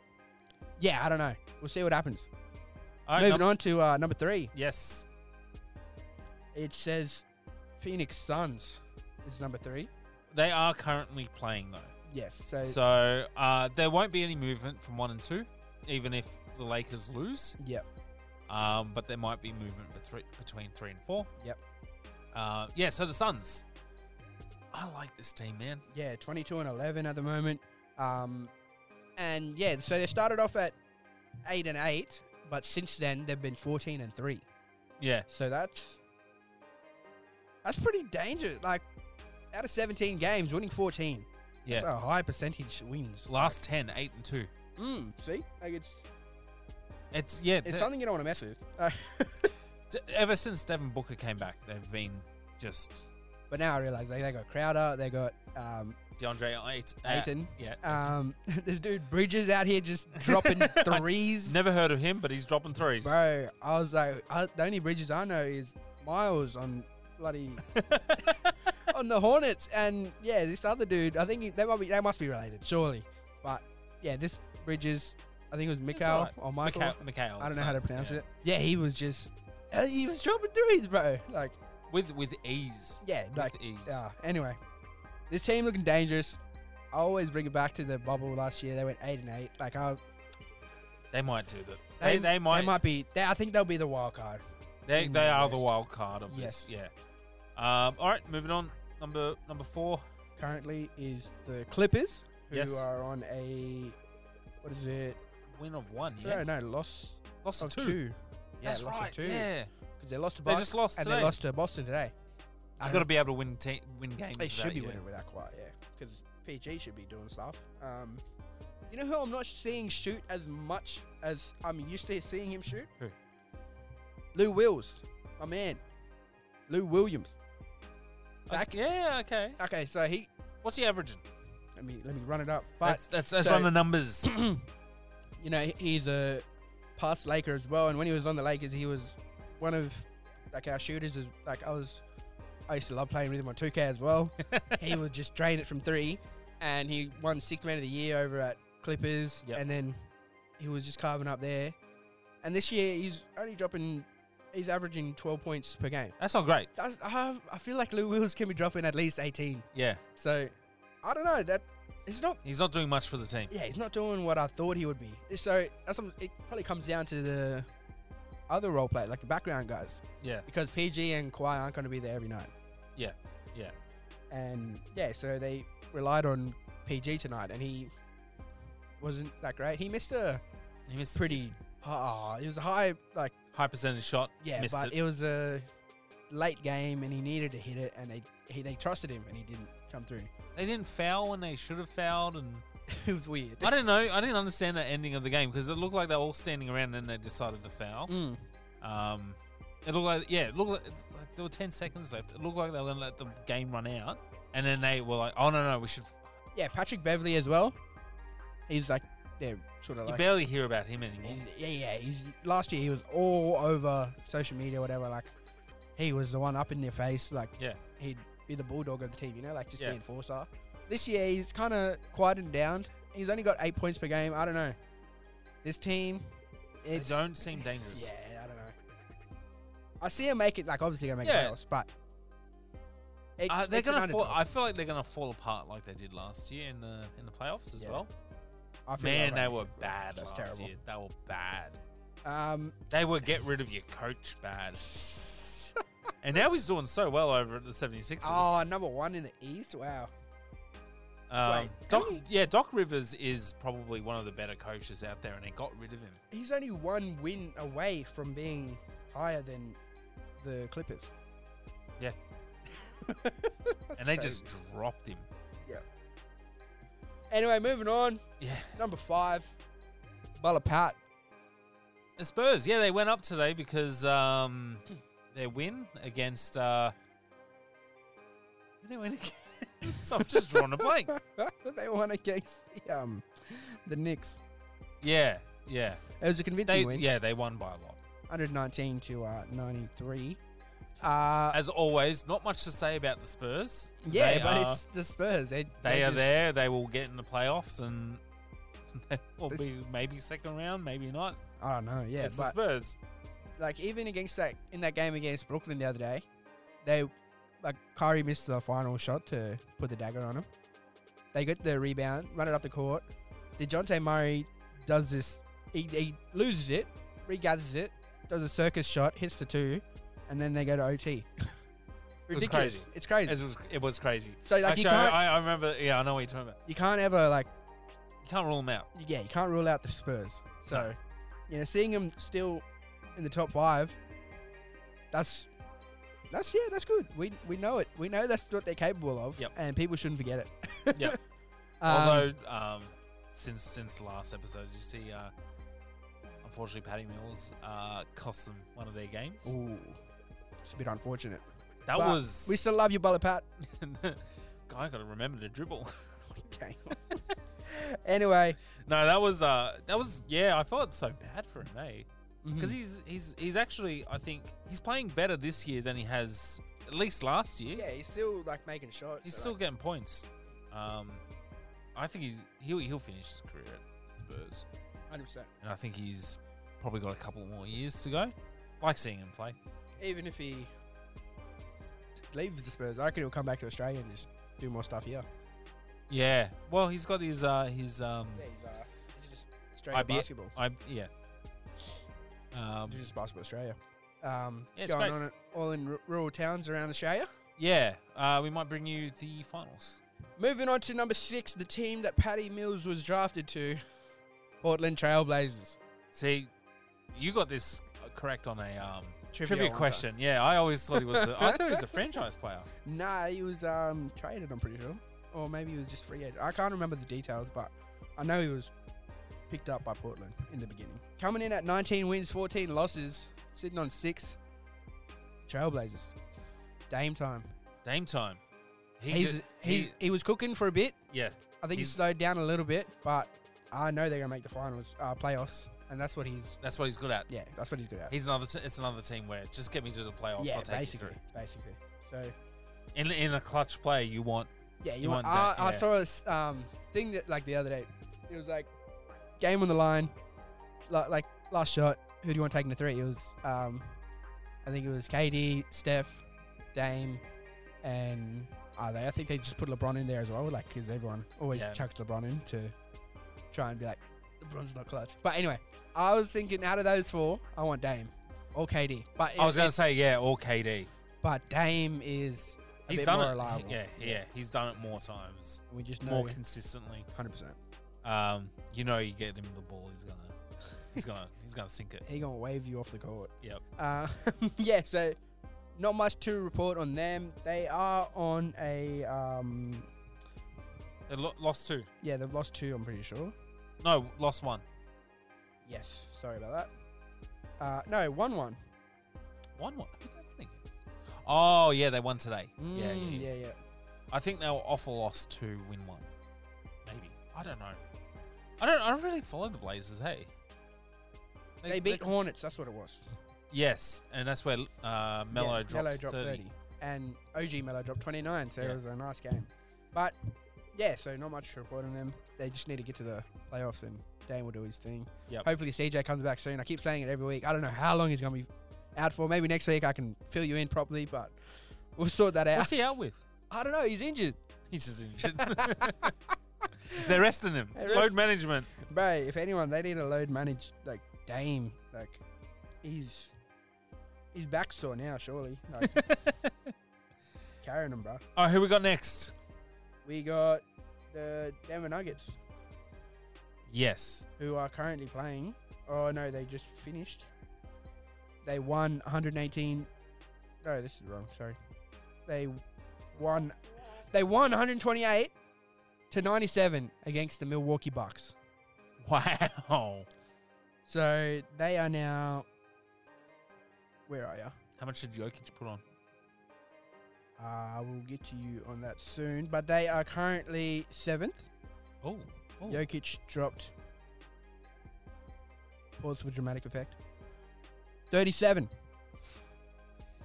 Speaker 2: yeah, I don't know. We'll see what happens.
Speaker 1: All right,
Speaker 2: Moving
Speaker 1: num-
Speaker 2: on to uh, number three,
Speaker 1: Yes.
Speaker 2: it says Phoenix Suns is number three.
Speaker 1: They are currently playing though.
Speaker 2: Yes, so,
Speaker 1: So uh, there won't be any movement from one and two, even if the Lakers lose.
Speaker 2: yeah,
Speaker 1: Um, but there might be movement between between three and four.
Speaker 2: Yep.
Speaker 1: Uh, yeah. So the Suns. I like this team, man.
Speaker 2: Yeah, 22 and 11 at the moment. Um, and yeah, so they started off at 8 and 8, but since then they've been 14 and 3.
Speaker 1: Yeah,
Speaker 2: So that's that's pretty dangerous. Like out of 17 games, winning 14.
Speaker 1: yeah.
Speaker 2: That's a high percentage wins.
Speaker 1: Last 10, 8 and 2.
Speaker 2: Mm, see? Like it's
Speaker 1: It's yeah.
Speaker 2: it's
Speaker 1: th-
Speaker 2: something you don't want to mess with. Uh,
Speaker 1: d- ever since Devin Booker came back, they've been just
Speaker 2: but now I realize they, they got Crowder, they got um,
Speaker 1: DeAndre Ayton. uh,
Speaker 2: Ayton.
Speaker 1: Yeah.
Speaker 2: Um, this dude Bridges out here just dropping threes.
Speaker 1: Never heard of him, but he's dropping threes.
Speaker 2: Bro, I was like, I, the only Bridges I know is Miles on bloody on the Hornets, and yeah, this other dude. I think he, they might be they must be related, surely. But yeah, this Bridges, I think it was Mikhail
Speaker 1: alright.
Speaker 2: or Michael.
Speaker 1: Mikhail, Mikhail,
Speaker 2: I don't know
Speaker 1: so,
Speaker 2: how to pronounce
Speaker 1: yeah.
Speaker 2: it. Yeah, he was just uh, he was dropping threes, bro. Like
Speaker 1: With with ease.
Speaker 2: yeah, like
Speaker 1: with ease.
Speaker 2: yeah. Anyway, this team looking dangerous. I always bring it back to the bubble last year. They went eight and eight. Like I,
Speaker 1: They might do that. They, they, might.
Speaker 2: They might be. They, I think they'll be the wild card.
Speaker 1: They,
Speaker 2: in
Speaker 1: they
Speaker 2: the
Speaker 1: are the
Speaker 2: West.
Speaker 1: wild card of this. Yeah. Um, all right, moving on. Number number four.
Speaker 2: currently is the Clippers, who
Speaker 1: Yes.
Speaker 2: are on a what is it?
Speaker 1: Win of one.
Speaker 2: No,
Speaker 1: Yeah.
Speaker 2: no, loss
Speaker 1: Lost
Speaker 2: of
Speaker 1: two.
Speaker 2: two. Yeah,
Speaker 1: That's
Speaker 2: loss
Speaker 1: right.
Speaker 2: of two.
Speaker 1: Yeah.
Speaker 2: because they lost to
Speaker 1: They
Speaker 2: Boston.
Speaker 1: just lost
Speaker 2: and
Speaker 1: today.
Speaker 2: they lost to Boston today.
Speaker 1: I've
Speaker 2: And
Speaker 1: got to be able to win te- win games.
Speaker 2: They should
Speaker 1: without
Speaker 2: be
Speaker 1: you.
Speaker 2: winning with that quite, yeah, because PG should be doing stuff. Um, you know who I'm not seeing shoot as much as I'm used to seeing him shoot?
Speaker 1: Who?
Speaker 2: Lou Wills, my man, Lou Williams.
Speaker 1: Okay,
Speaker 2: Back.
Speaker 1: yeah. Okay.
Speaker 2: Okay, so he.
Speaker 1: What's he averaging?
Speaker 2: Let me let me run it up. But
Speaker 1: That's that's, that's
Speaker 2: so-
Speaker 1: run the numbers.
Speaker 2: you know, he's a past Laker as well. And when he was on the Lakers, he was one of like our shooters. Is like I was, I used to love playing with him on 2K as well. he would just drain it from three, and he won sixth man of the year over at Clippers.
Speaker 1: Yep.
Speaker 2: And then he was just carving up there. And this year, he's only dropping. He's averaging 12 points per game.
Speaker 1: that's not great.
Speaker 2: That's, I, have, I feel like Lou Wills can be dropping at least 18.
Speaker 1: Yeah.
Speaker 2: So I don't know. That it's not
Speaker 1: He's not doing much for the team.
Speaker 2: yeah, he's not doing what I thought he would be. So that's some, it probably comes down to the other role play, like the background guys,
Speaker 1: Yeah.
Speaker 2: because PG and Kawhi aren't going to be there every night.
Speaker 1: Yeah, yeah.
Speaker 2: And yeah, so they relied on PG tonight, and he wasn't that great. He missed a
Speaker 1: He missed
Speaker 2: pretty, ah, it was a high, like
Speaker 1: a high percentage shot.
Speaker 2: yeah,
Speaker 1: missed
Speaker 2: but
Speaker 1: it.
Speaker 2: it. was a late game, and he needed to hit it, and they he, they trusted him, and he didn't come through.
Speaker 1: They didn't foul when they should have fouled, and
Speaker 2: it was weird.
Speaker 1: I don't know. I didn't understand that ending of the game because it looked like they were all standing around and they decided to foul.
Speaker 2: Mm.
Speaker 1: Um, it looked like yeah, it looked like, like there were ten seconds left. It looked like they were going to let the game run out, and then they were like, "Oh no, no, we should."
Speaker 2: Yeah, Patrick Beverly as well. He's like they're sort of
Speaker 1: You
Speaker 2: like
Speaker 1: barely hear about him anymore.
Speaker 2: He's, yeah, yeah. He's last year he was all over social media, whatever. Like he was the one up in your face. Like
Speaker 1: Yeah.
Speaker 2: he'd be the bulldog of the team. You know, like just
Speaker 1: Yeah.
Speaker 2: the enforcer. This year he's kind of quieted down. He's only got eight points per game. I don't know. This team,
Speaker 1: They
Speaker 2: it's,
Speaker 1: don't seem dangerous.
Speaker 2: Yeah, I don't know. I see him make it. Like obviously gonna make
Speaker 1: Yeah.
Speaker 2: yeah. playoffs, but it-
Speaker 1: Uh, they're
Speaker 2: it's an
Speaker 1: gonna fall,
Speaker 2: underdog.
Speaker 1: I feel like they're gonna fall apart like they did last year in the in the playoffs as
Speaker 2: Yeah.
Speaker 1: well.
Speaker 2: I feel
Speaker 1: Man,
Speaker 2: that
Speaker 1: they
Speaker 2: way.
Speaker 1: were bad
Speaker 2: That's
Speaker 1: last
Speaker 2: terrible.
Speaker 1: year. They were bad.
Speaker 2: Um,
Speaker 1: They were get rid of your coach bad. And now he's doing so well over at the 76ers.
Speaker 2: oh, number one in the East. Wow.
Speaker 1: Um,
Speaker 2: wait,
Speaker 1: Doc,
Speaker 2: how many-
Speaker 1: yeah, Doc Rivers is probably one of the better coaches out there, and they got rid of him.
Speaker 2: he's only one win away from being higher than the Clippers.
Speaker 1: Yeah.
Speaker 2: That's
Speaker 1: and they
Speaker 2: crazy.
Speaker 1: just dropped him.
Speaker 2: Anyway, moving on.
Speaker 1: Yeah.
Speaker 2: Number five, Bala Pat.
Speaker 1: The Spurs, yeah, they went up today because um, their win against. Uh, who they win against? I'm just drawing a blank.
Speaker 2: they won against the um the Knicks.
Speaker 1: Yeah, yeah.
Speaker 2: It was a convincing
Speaker 1: They,
Speaker 2: win,
Speaker 1: yeah, they won by a lot.
Speaker 2: 119 to uh, 93. Uh,
Speaker 1: As always, not much to say about the Spurs.
Speaker 2: yeah,
Speaker 1: They
Speaker 2: but
Speaker 1: are-
Speaker 2: it's the Spurs. They,
Speaker 1: they are
Speaker 2: just-
Speaker 1: there. They will get in the playoffs and they will
Speaker 2: This-
Speaker 1: be maybe second round, maybe not.
Speaker 2: I don't know. Yeah,
Speaker 1: it's the
Speaker 2: but
Speaker 1: Spurs.
Speaker 2: like even against that in that game against Brooklyn the other day, they like Kyrie missed the final shot to put the dagger on him. They get the rebound, run it up the court. DeJounte Murray does this he, he loses it, regathers it, does a circus shot, hits the two, and then they go to OT.
Speaker 1: was
Speaker 2: ridiculous.
Speaker 1: crazy.
Speaker 2: It's crazy.
Speaker 1: It was, it was crazy.
Speaker 2: so like
Speaker 1: Actually,
Speaker 2: you can't
Speaker 1: I, I remember. Yeah, I know what you're talking about.
Speaker 2: you can't ever like
Speaker 1: You can't rule them out.
Speaker 2: yeah you can't rule out the Spurs. So you know seeing them still in the top five, that's that's yeah that's good. We we know it. We know that's what they're capable of.
Speaker 1: Yep.
Speaker 2: And people shouldn't forget it.
Speaker 1: Yep.
Speaker 2: Um,
Speaker 1: Although, um, since since the last episode, did you see? Uh, unfortunately, Patty Mills uh, cost them one of their games.
Speaker 2: Um, ooh, it's a bit unfortunate.
Speaker 1: that
Speaker 2: but
Speaker 1: was.
Speaker 2: We still love you, Bullet Pat.
Speaker 1: guy got to remember to dribble.
Speaker 2: Dang. anyway,
Speaker 1: no, that was. Uh, that was. Yeah, I felt so bad for him, eh? Because
Speaker 2: mhm.
Speaker 1: he's he's he's actually. I think he's playing better this year than he has at least last year.
Speaker 2: yeah, he's still like making shots.
Speaker 1: He's
Speaker 2: so,
Speaker 1: still
Speaker 2: like,
Speaker 1: getting points. Um, I think he's he'll he'll finish his career at Spurs,
Speaker 2: 100%.
Speaker 1: and I think he's probably got a couple more years to go. Like seeing him play.
Speaker 2: Even if he leaves the Spurs, I reckon he'll come back to Australia and just do more stuff here.
Speaker 1: Mm. Yeah. Well, he's got his uh his um
Speaker 2: Yeah, he's, uh, he's just Australia
Speaker 1: IB
Speaker 2: basketball.
Speaker 1: I yeah. Um
Speaker 2: He's just basketball Australia. Um,
Speaker 1: Yeah, it's
Speaker 2: going
Speaker 1: great.
Speaker 2: on at all in r- rural towns around Australia.
Speaker 1: yeah. Uh, we might bring you the finals.
Speaker 2: Moving on to number six, the team that Paddy Mills was drafted to, Portland Trailblazers.
Speaker 1: See, you got this uh, correct on a um
Speaker 2: Trivia
Speaker 1: trivia
Speaker 2: one,
Speaker 1: question. Yeah, I always thought he was. A, I thought he was a franchise player.
Speaker 2: Nah, he was um, traded, I'm pretty sure. Or maybe he was just free agent. I can't remember the details, but I know he was picked up by Portland in the beginning. Coming in at 19 wins, 14 losses, sitting on six. Trailblazers. Dame time.
Speaker 1: Dame time. He
Speaker 2: He's,
Speaker 1: ju-
Speaker 2: he's,
Speaker 1: he-
Speaker 2: he was cooking for a bit.
Speaker 1: yeah.
Speaker 2: I think he
Speaker 1: He's-
Speaker 2: slowed down a little bit, but I know they're going to make the finals, uh, playoffs, and that's what he's.
Speaker 1: That's what he's good at.
Speaker 2: Yeah, that's what he's good at.
Speaker 1: He's another. T- it's another team where just get me to the playoffs.
Speaker 2: yeah,
Speaker 1: I'll take
Speaker 2: basically,
Speaker 1: you
Speaker 2: basically. So
Speaker 1: through. In in a clutch play, you want
Speaker 2: yeah, you,
Speaker 1: You
Speaker 2: want,
Speaker 1: want that,
Speaker 2: I, I
Speaker 1: yeah.
Speaker 2: saw this um, thing that like the other day. It was like game on the line, like, like last shot. Who do you want taking the three? It was um, I think it was KD, Steph, Dame, and are they? I think they just put LeBron in there as well, like because everyone always
Speaker 1: Yeah.
Speaker 2: chucks LeBron in to try and be like LeBron's not clutch. But anyway, I was thinking out of those four, I want Dame or KD. But
Speaker 1: I was
Speaker 2: it-
Speaker 1: going
Speaker 2: it's-
Speaker 1: to say yeah, or KD.
Speaker 2: but Dame is a
Speaker 1: He's
Speaker 2: bit
Speaker 1: done
Speaker 2: more
Speaker 1: it.
Speaker 2: reliable.
Speaker 1: Yeah, yeah, he's done it more times,
Speaker 2: We just
Speaker 1: more
Speaker 2: know
Speaker 1: consistently.
Speaker 2: hundred percent.
Speaker 1: Um, you know, you get him the ball, he's gonna, he's gonna, he's gonna sink it.
Speaker 2: He gonna wave you off the court.
Speaker 1: Yep.
Speaker 2: Uh, yeah. So not much to report on them. They are on a um.
Speaker 1: They lo- lost two.
Speaker 2: Yeah, they've lost two. I'm pretty sure.
Speaker 1: No, lost one.
Speaker 2: Yes. Sorry about that. Uh, no, one one.
Speaker 1: One one. Who'd they win against? Oh yeah, they won today. yeah, yeah,
Speaker 2: Mm,
Speaker 1: yeah.
Speaker 2: yeah, yeah.
Speaker 1: I think they were off a loss to win one. Maybe I don't know. I don't. I don't really follow the Blazers. Hey,
Speaker 2: They, beat Hornets. That's what it was.
Speaker 1: Yes, and that's where uh, Mello
Speaker 2: yeah,
Speaker 1: drops
Speaker 2: Melo dropped
Speaker 1: 30.
Speaker 2: and OG Mello dropped 29. So
Speaker 1: Yeah.
Speaker 2: it was a nice game. But yeah, so not much to report on them. They just need to get to the playoffs, and Dame will do his thing.
Speaker 1: Yep.
Speaker 2: Hopefully CJ comes back soon. I keep saying it every week. I don't know how long he's gonna be out for. Maybe next week I can fill you in properly, but we'll sort that out.
Speaker 1: What's he out with?
Speaker 2: I don't know. He's injured,
Speaker 1: He's just injured. They're resting him.
Speaker 2: They
Speaker 1: Load
Speaker 2: rest-
Speaker 1: management.
Speaker 2: bro. If anyone, they need a load manage like Dame. Like he's he's back sore now, surely. Like, carrying him, bro.
Speaker 1: Oh, who we got next?
Speaker 2: We got the Denver Nuggets.
Speaker 1: Yes.
Speaker 2: who are currently playing. Oh no, they just finished. They won 118. No, this is wrong. Sorry, they won. They won 128 to 97 against the Milwaukee Bucks.
Speaker 1: Wow.
Speaker 2: So they are now. Where are you?
Speaker 1: How much did Jokic put on?
Speaker 2: Uh, we'll get to you on that soon. But they are currently seventh.
Speaker 1: Oh. oh.
Speaker 2: Jokic dropped. Pause for dramatic effect. 37.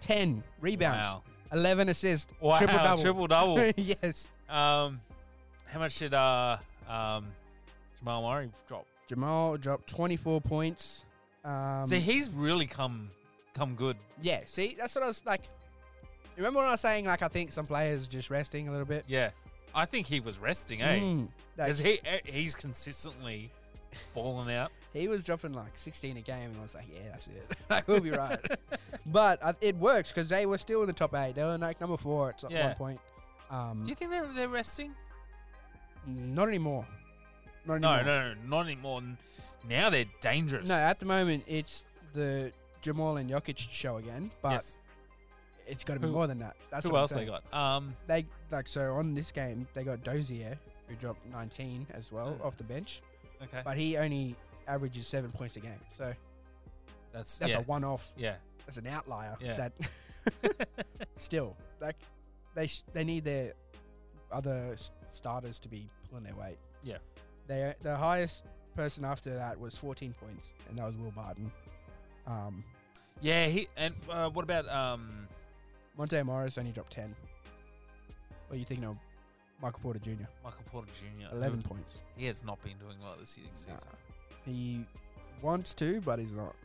Speaker 2: 10 rebounds.
Speaker 1: Wow.
Speaker 2: 11 assists.
Speaker 1: Wow.
Speaker 2: Triple double.
Speaker 1: Triple double.
Speaker 2: yes.
Speaker 1: um, how much did uh um Jamal Murray drop?
Speaker 2: Jamal dropped 24 points. Um,
Speaker 1: See, he's really come come good.
Speaker 2: yeah, see, that's what I was like. Remember when I was saying, like, I think some players just resting a little bit?
Speaker 1: Yeah. I think he was resting, eh?
Speaker 2: Mm, like,
Speaker 1: Because he eh, he's consistently balling out.
Speaker 2: He was dropping like 16 a game, and I was like, yeah, that's it. like, we'll be right. but uh, it works because they were still in the top eight. They were like number four at some-
Speaker 1: Yeah.
Speaker 2: one point. Um,
Speaker 1: Do you think they're, they're resting?
Speaker 2: not anymore. Not anymore.
Speaker 1: No, no, no, not anymore. N- Now they're dangerous.
Speaker 2: No, at the moment it's the Jamal and Jokic show again, but
Speaker 1: yes.
Speaker 2: it's got to be
Speaker 1: Who-
Speaker 2: more than that. That's
Speaker 1: Who
Speaker 2: what I'm
Speaker 1: else they
Speaker 2: saying.
Speaker 1: got? Um,
Speaker 2: They like so on this game they got Dozier who dropped 19 as well
Speaker 1: Uh,
Speaker 2: off the bench,
Speaker 1: okay,
Speaker 2: but he only averages seven points a game. So
Speaker 1: that's
Speaker 2: that's
Speaker 1: yeah,
Speaker 2: a one-off.
Speaker 1: yeah.
Speaker 2: That's an outlier.
Speaker 1: Yeah.
Speaker 2: That still like they sh- they need their other s- starters to be pulling their weight.
Speaker 1: Yeah.
Speaker 2: They the highest person after that was 14 points, and that was Will Barton. Um,
Speaker 1: yeah. He and uh, what about um?
Speaker 2: Monte Morris only dropped 10. What are you thinking of? Michael Porter Jr.,
Speaker 1: Michael Porter Jr.
Speaker 2: 11 points.
Speaker 1: He has not been doing well this season.
Speaker 2: He wants to, but he's not.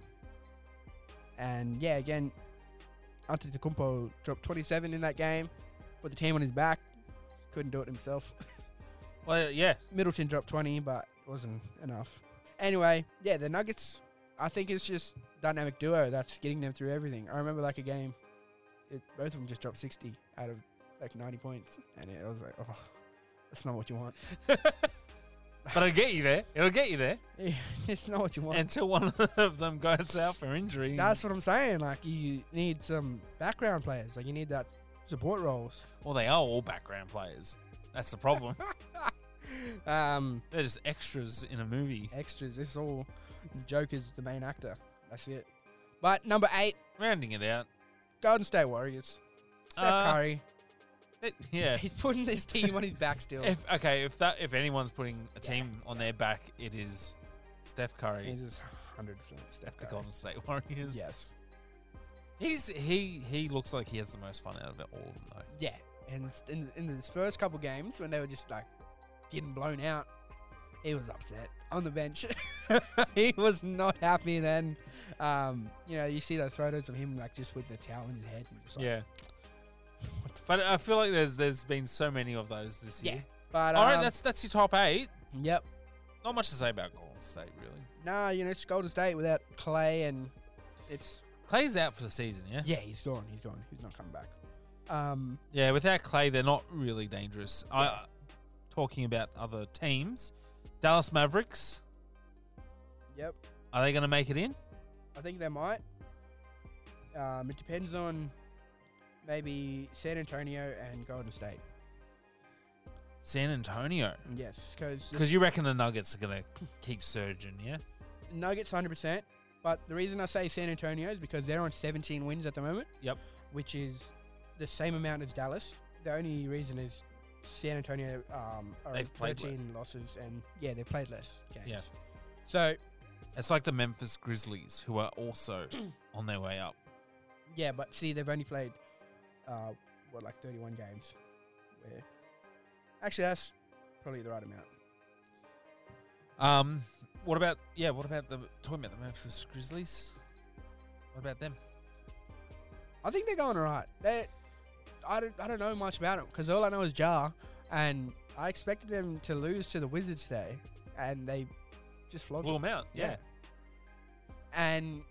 Speaker 2: And yeah, again, Antetokounmpo dropped 27 in that game, put the team on his back, couldn't do it himself.
Speaker 1: Well, yeah,
Speaker 2: Middleton dropped 20, but it wasn't enough. Anyway, yeah, the Nuggets, I think it's just dynamic duo that's getting them through everything. I remember like a game, it, both of them just dropped 60 out of like 90 points. And it I was like, oh, that's not what you want.
Speaker 1: but it'll get you there. It'll get you there
Speaker 2: it's not what you want.
Speaker 1: until one of them goes out for injury. and-
Speaker 2: that's what I'm saying. Like, you need some background players. Like, you need that support roles.
Speaker 1: well, they are all background players. That's the problem.
Speaker 2: um,
Speaker 1: They're just extras in a movie.
Speaker 2: extras. It's all Joker's the main actor. That's it. But number eight,
Speaker 1: Rounding it out.
Speaker 2: Golden State Warriors. Steph
Speaker 1: Uh,
Speaker 2: Curry.
Speaker 1: It- yeah.
Speaker 2: He's putting this team on his back still.
Speaker 1: If, okay, if that if anyone's putting a team on their back, it is Steph Curry
Speaker 2: He's just 100% Steph
Speaker 1: at the
Speaker 2: Curry.
Speaker 1: Golden State Warriors.
Speaker 2: Yes.
Speaker 1: He's he he looks like he has the most fun out of it all of them though.
Speaker 2: Yeah. And s- in, in his first couple games, when they were just like getting blown out, he was upset on the bench. he was not happy then. Um, you know, you see those photos of him like just with the towel in his head. And just like,
Speaker 1: yeah. But I feel like there's there's been so many of those this
Speaker 2: Yeah.
Speaker 1: year.
Speaker 2: But, um,
Speaker 1: All right, that's that's your top eight.
Speaker 2: Yep.
Speaker 1: Not much to say about Golden State really.
Speaker 2: Nah, you know, it's Golden State without Clay and it's.
Speaker 1: Clay's out for the season, yeah.
Speaker 2: Yeah, he's gone. He's gone. He's not coming back. Um,
Speaker 1: Yeah, without Clay, they're not really dangerous. I talking about other teams. Dallas Mavericks,
Speaker 2: yep.
Speaker 1: are they going to make it in?
Speaker 2: I think they might. Um, it depends on maybe San Antonio and Golden State.
Speaker 1: San Antonio.
Speaker 2: Yes, because
Speaker 1: Because you reckon the Nuggets are going to keep surging, yeah?
Speaker 2: Nuggets 100%. But the reason I say San Antonio is because they're on 17 wins at the moment.
Speaker 1: Yep.
Speaker 2: Which is the same amount as Dallas. The only reason is San Antonio um, are
Speaker 1: They've played
Speaker 2: 13 losses and, yeah, they've played less games.
Speaker 1: Yeah.
Speaker 2: So,
Speaker 1: It's like the Memphis Grizzlies, who are also on their way up.
Speaker 2: yeah, but see, they've only played, uh, what, like 31 games. Where Actually, that's probably the right amount.
Speaker 1: Um, what about yeah? What about the talking about the Memphis Grizzlies? What about them?
Speaker 2: I think they're going all right. They, I don't, I don't know much about them because all I know is Jar, and I expected them to lose to the Wizards today, and they just flogged.
Speaker 1: Blew
Speaker 2: them.
Speaker 1: them out, yeah.
Speaker 2: Yeah. And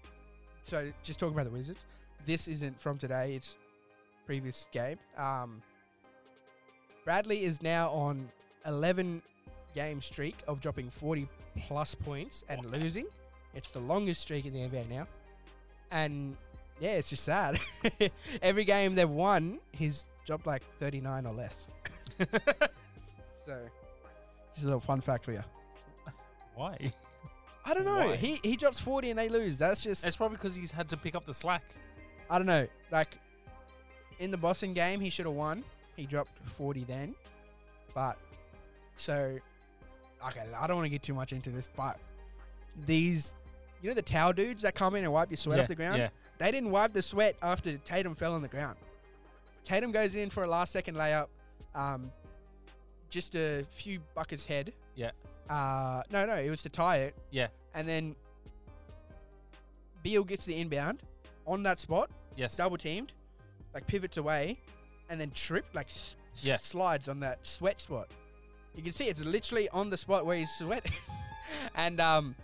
Speaker 2: so, just talking about the Wizards, this isn't from today; it's previous game. Um, Bradley is now on eleven game streak of dropping forty plus points and
Speaker 1: Wow.
Speaker 2: losing. It's the longest streak in the NBA now, and yeah, it's just sad. Every game they've won, he's dropped like thirty nine or less. So, just a little fun fact for you.
Speaker 1: Why?
Speaker 2: I don't know.
Speaker 1: Why?
Speaker 2: He he drops forty and they lose. That's just
Speaker 1: It's probably because he's had to pick up the slack.
Speaker 2: I don't know. Like in the Boston game, he should have won. He dropped 40 then, but so okay. I don't want to get too much into this, but these, you know, the towel dudes that come in and wipe your sweat
Speaker 1: yeah,
Speaker 2: off the ground.
Speaker 1: Yeah,
Speaker 2: They didn't wipe the sweat after Tatum fell on the ground. Tatum goes in for a last second layup, um, just a few buckets head.
Speaker 1: Yeah.
Speaker 2: Uh, no, no, it was to tie it.
Speaker 1: Yeah.
Speaker 2: And then Beal gets the inbound on that spot,
Speaker 1: yes.
Speaker 2: double teamed, like pivots away, and then tripped, like s- s-
Speaker 1: Yeah.
Speaker 2: slides on that sweat spot. You can see it's literally on the spot where he's sweating. and um,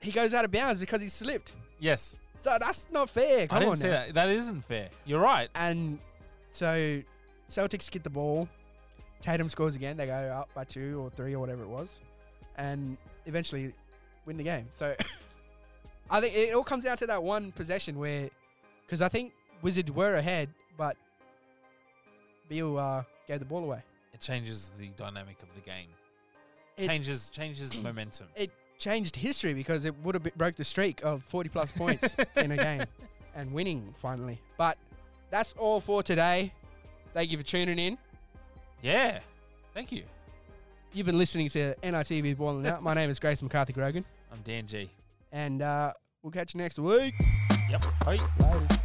Speaker 2: he goes out of bounds because he slipped.
Speaker 1: Yes.
Speaker 2: So that's not fair. Come
Speaker 1: I didn't
Speaker 2: on
Speaker 1: say
Speaker 2: now.
Speaker 1: that. That isn't fair. You're right.
Speaker 2: And so Celtics get the ball. Tatum scores again. They go up by two or three or whatever it was, and eventually win the game. So I think it all comes down to that one possession where, because I think Wizards were ahead, but Beal uh, gave the ball away.
Speaker 1: It changes the dynamic of the game.
Speaker 2: It-
Speaker 1: changes changes momentum.
Speaker 2: It changed history because it would have be- broke the streak of forty plus points in a game and winning finally. But that's all for today. Thank you for tuning in.
Speaker 1: Yeah. Thank you.
Speaker 2: You've been listening to NITV's Boiling Out. My name is Grace McCarthy Grogan,
Speaker 1: I'm Dan G.
Speaker 2: and uh, we'll catch you next week.
Speaker 1: Yep. Bye.
Speaker 2: Later.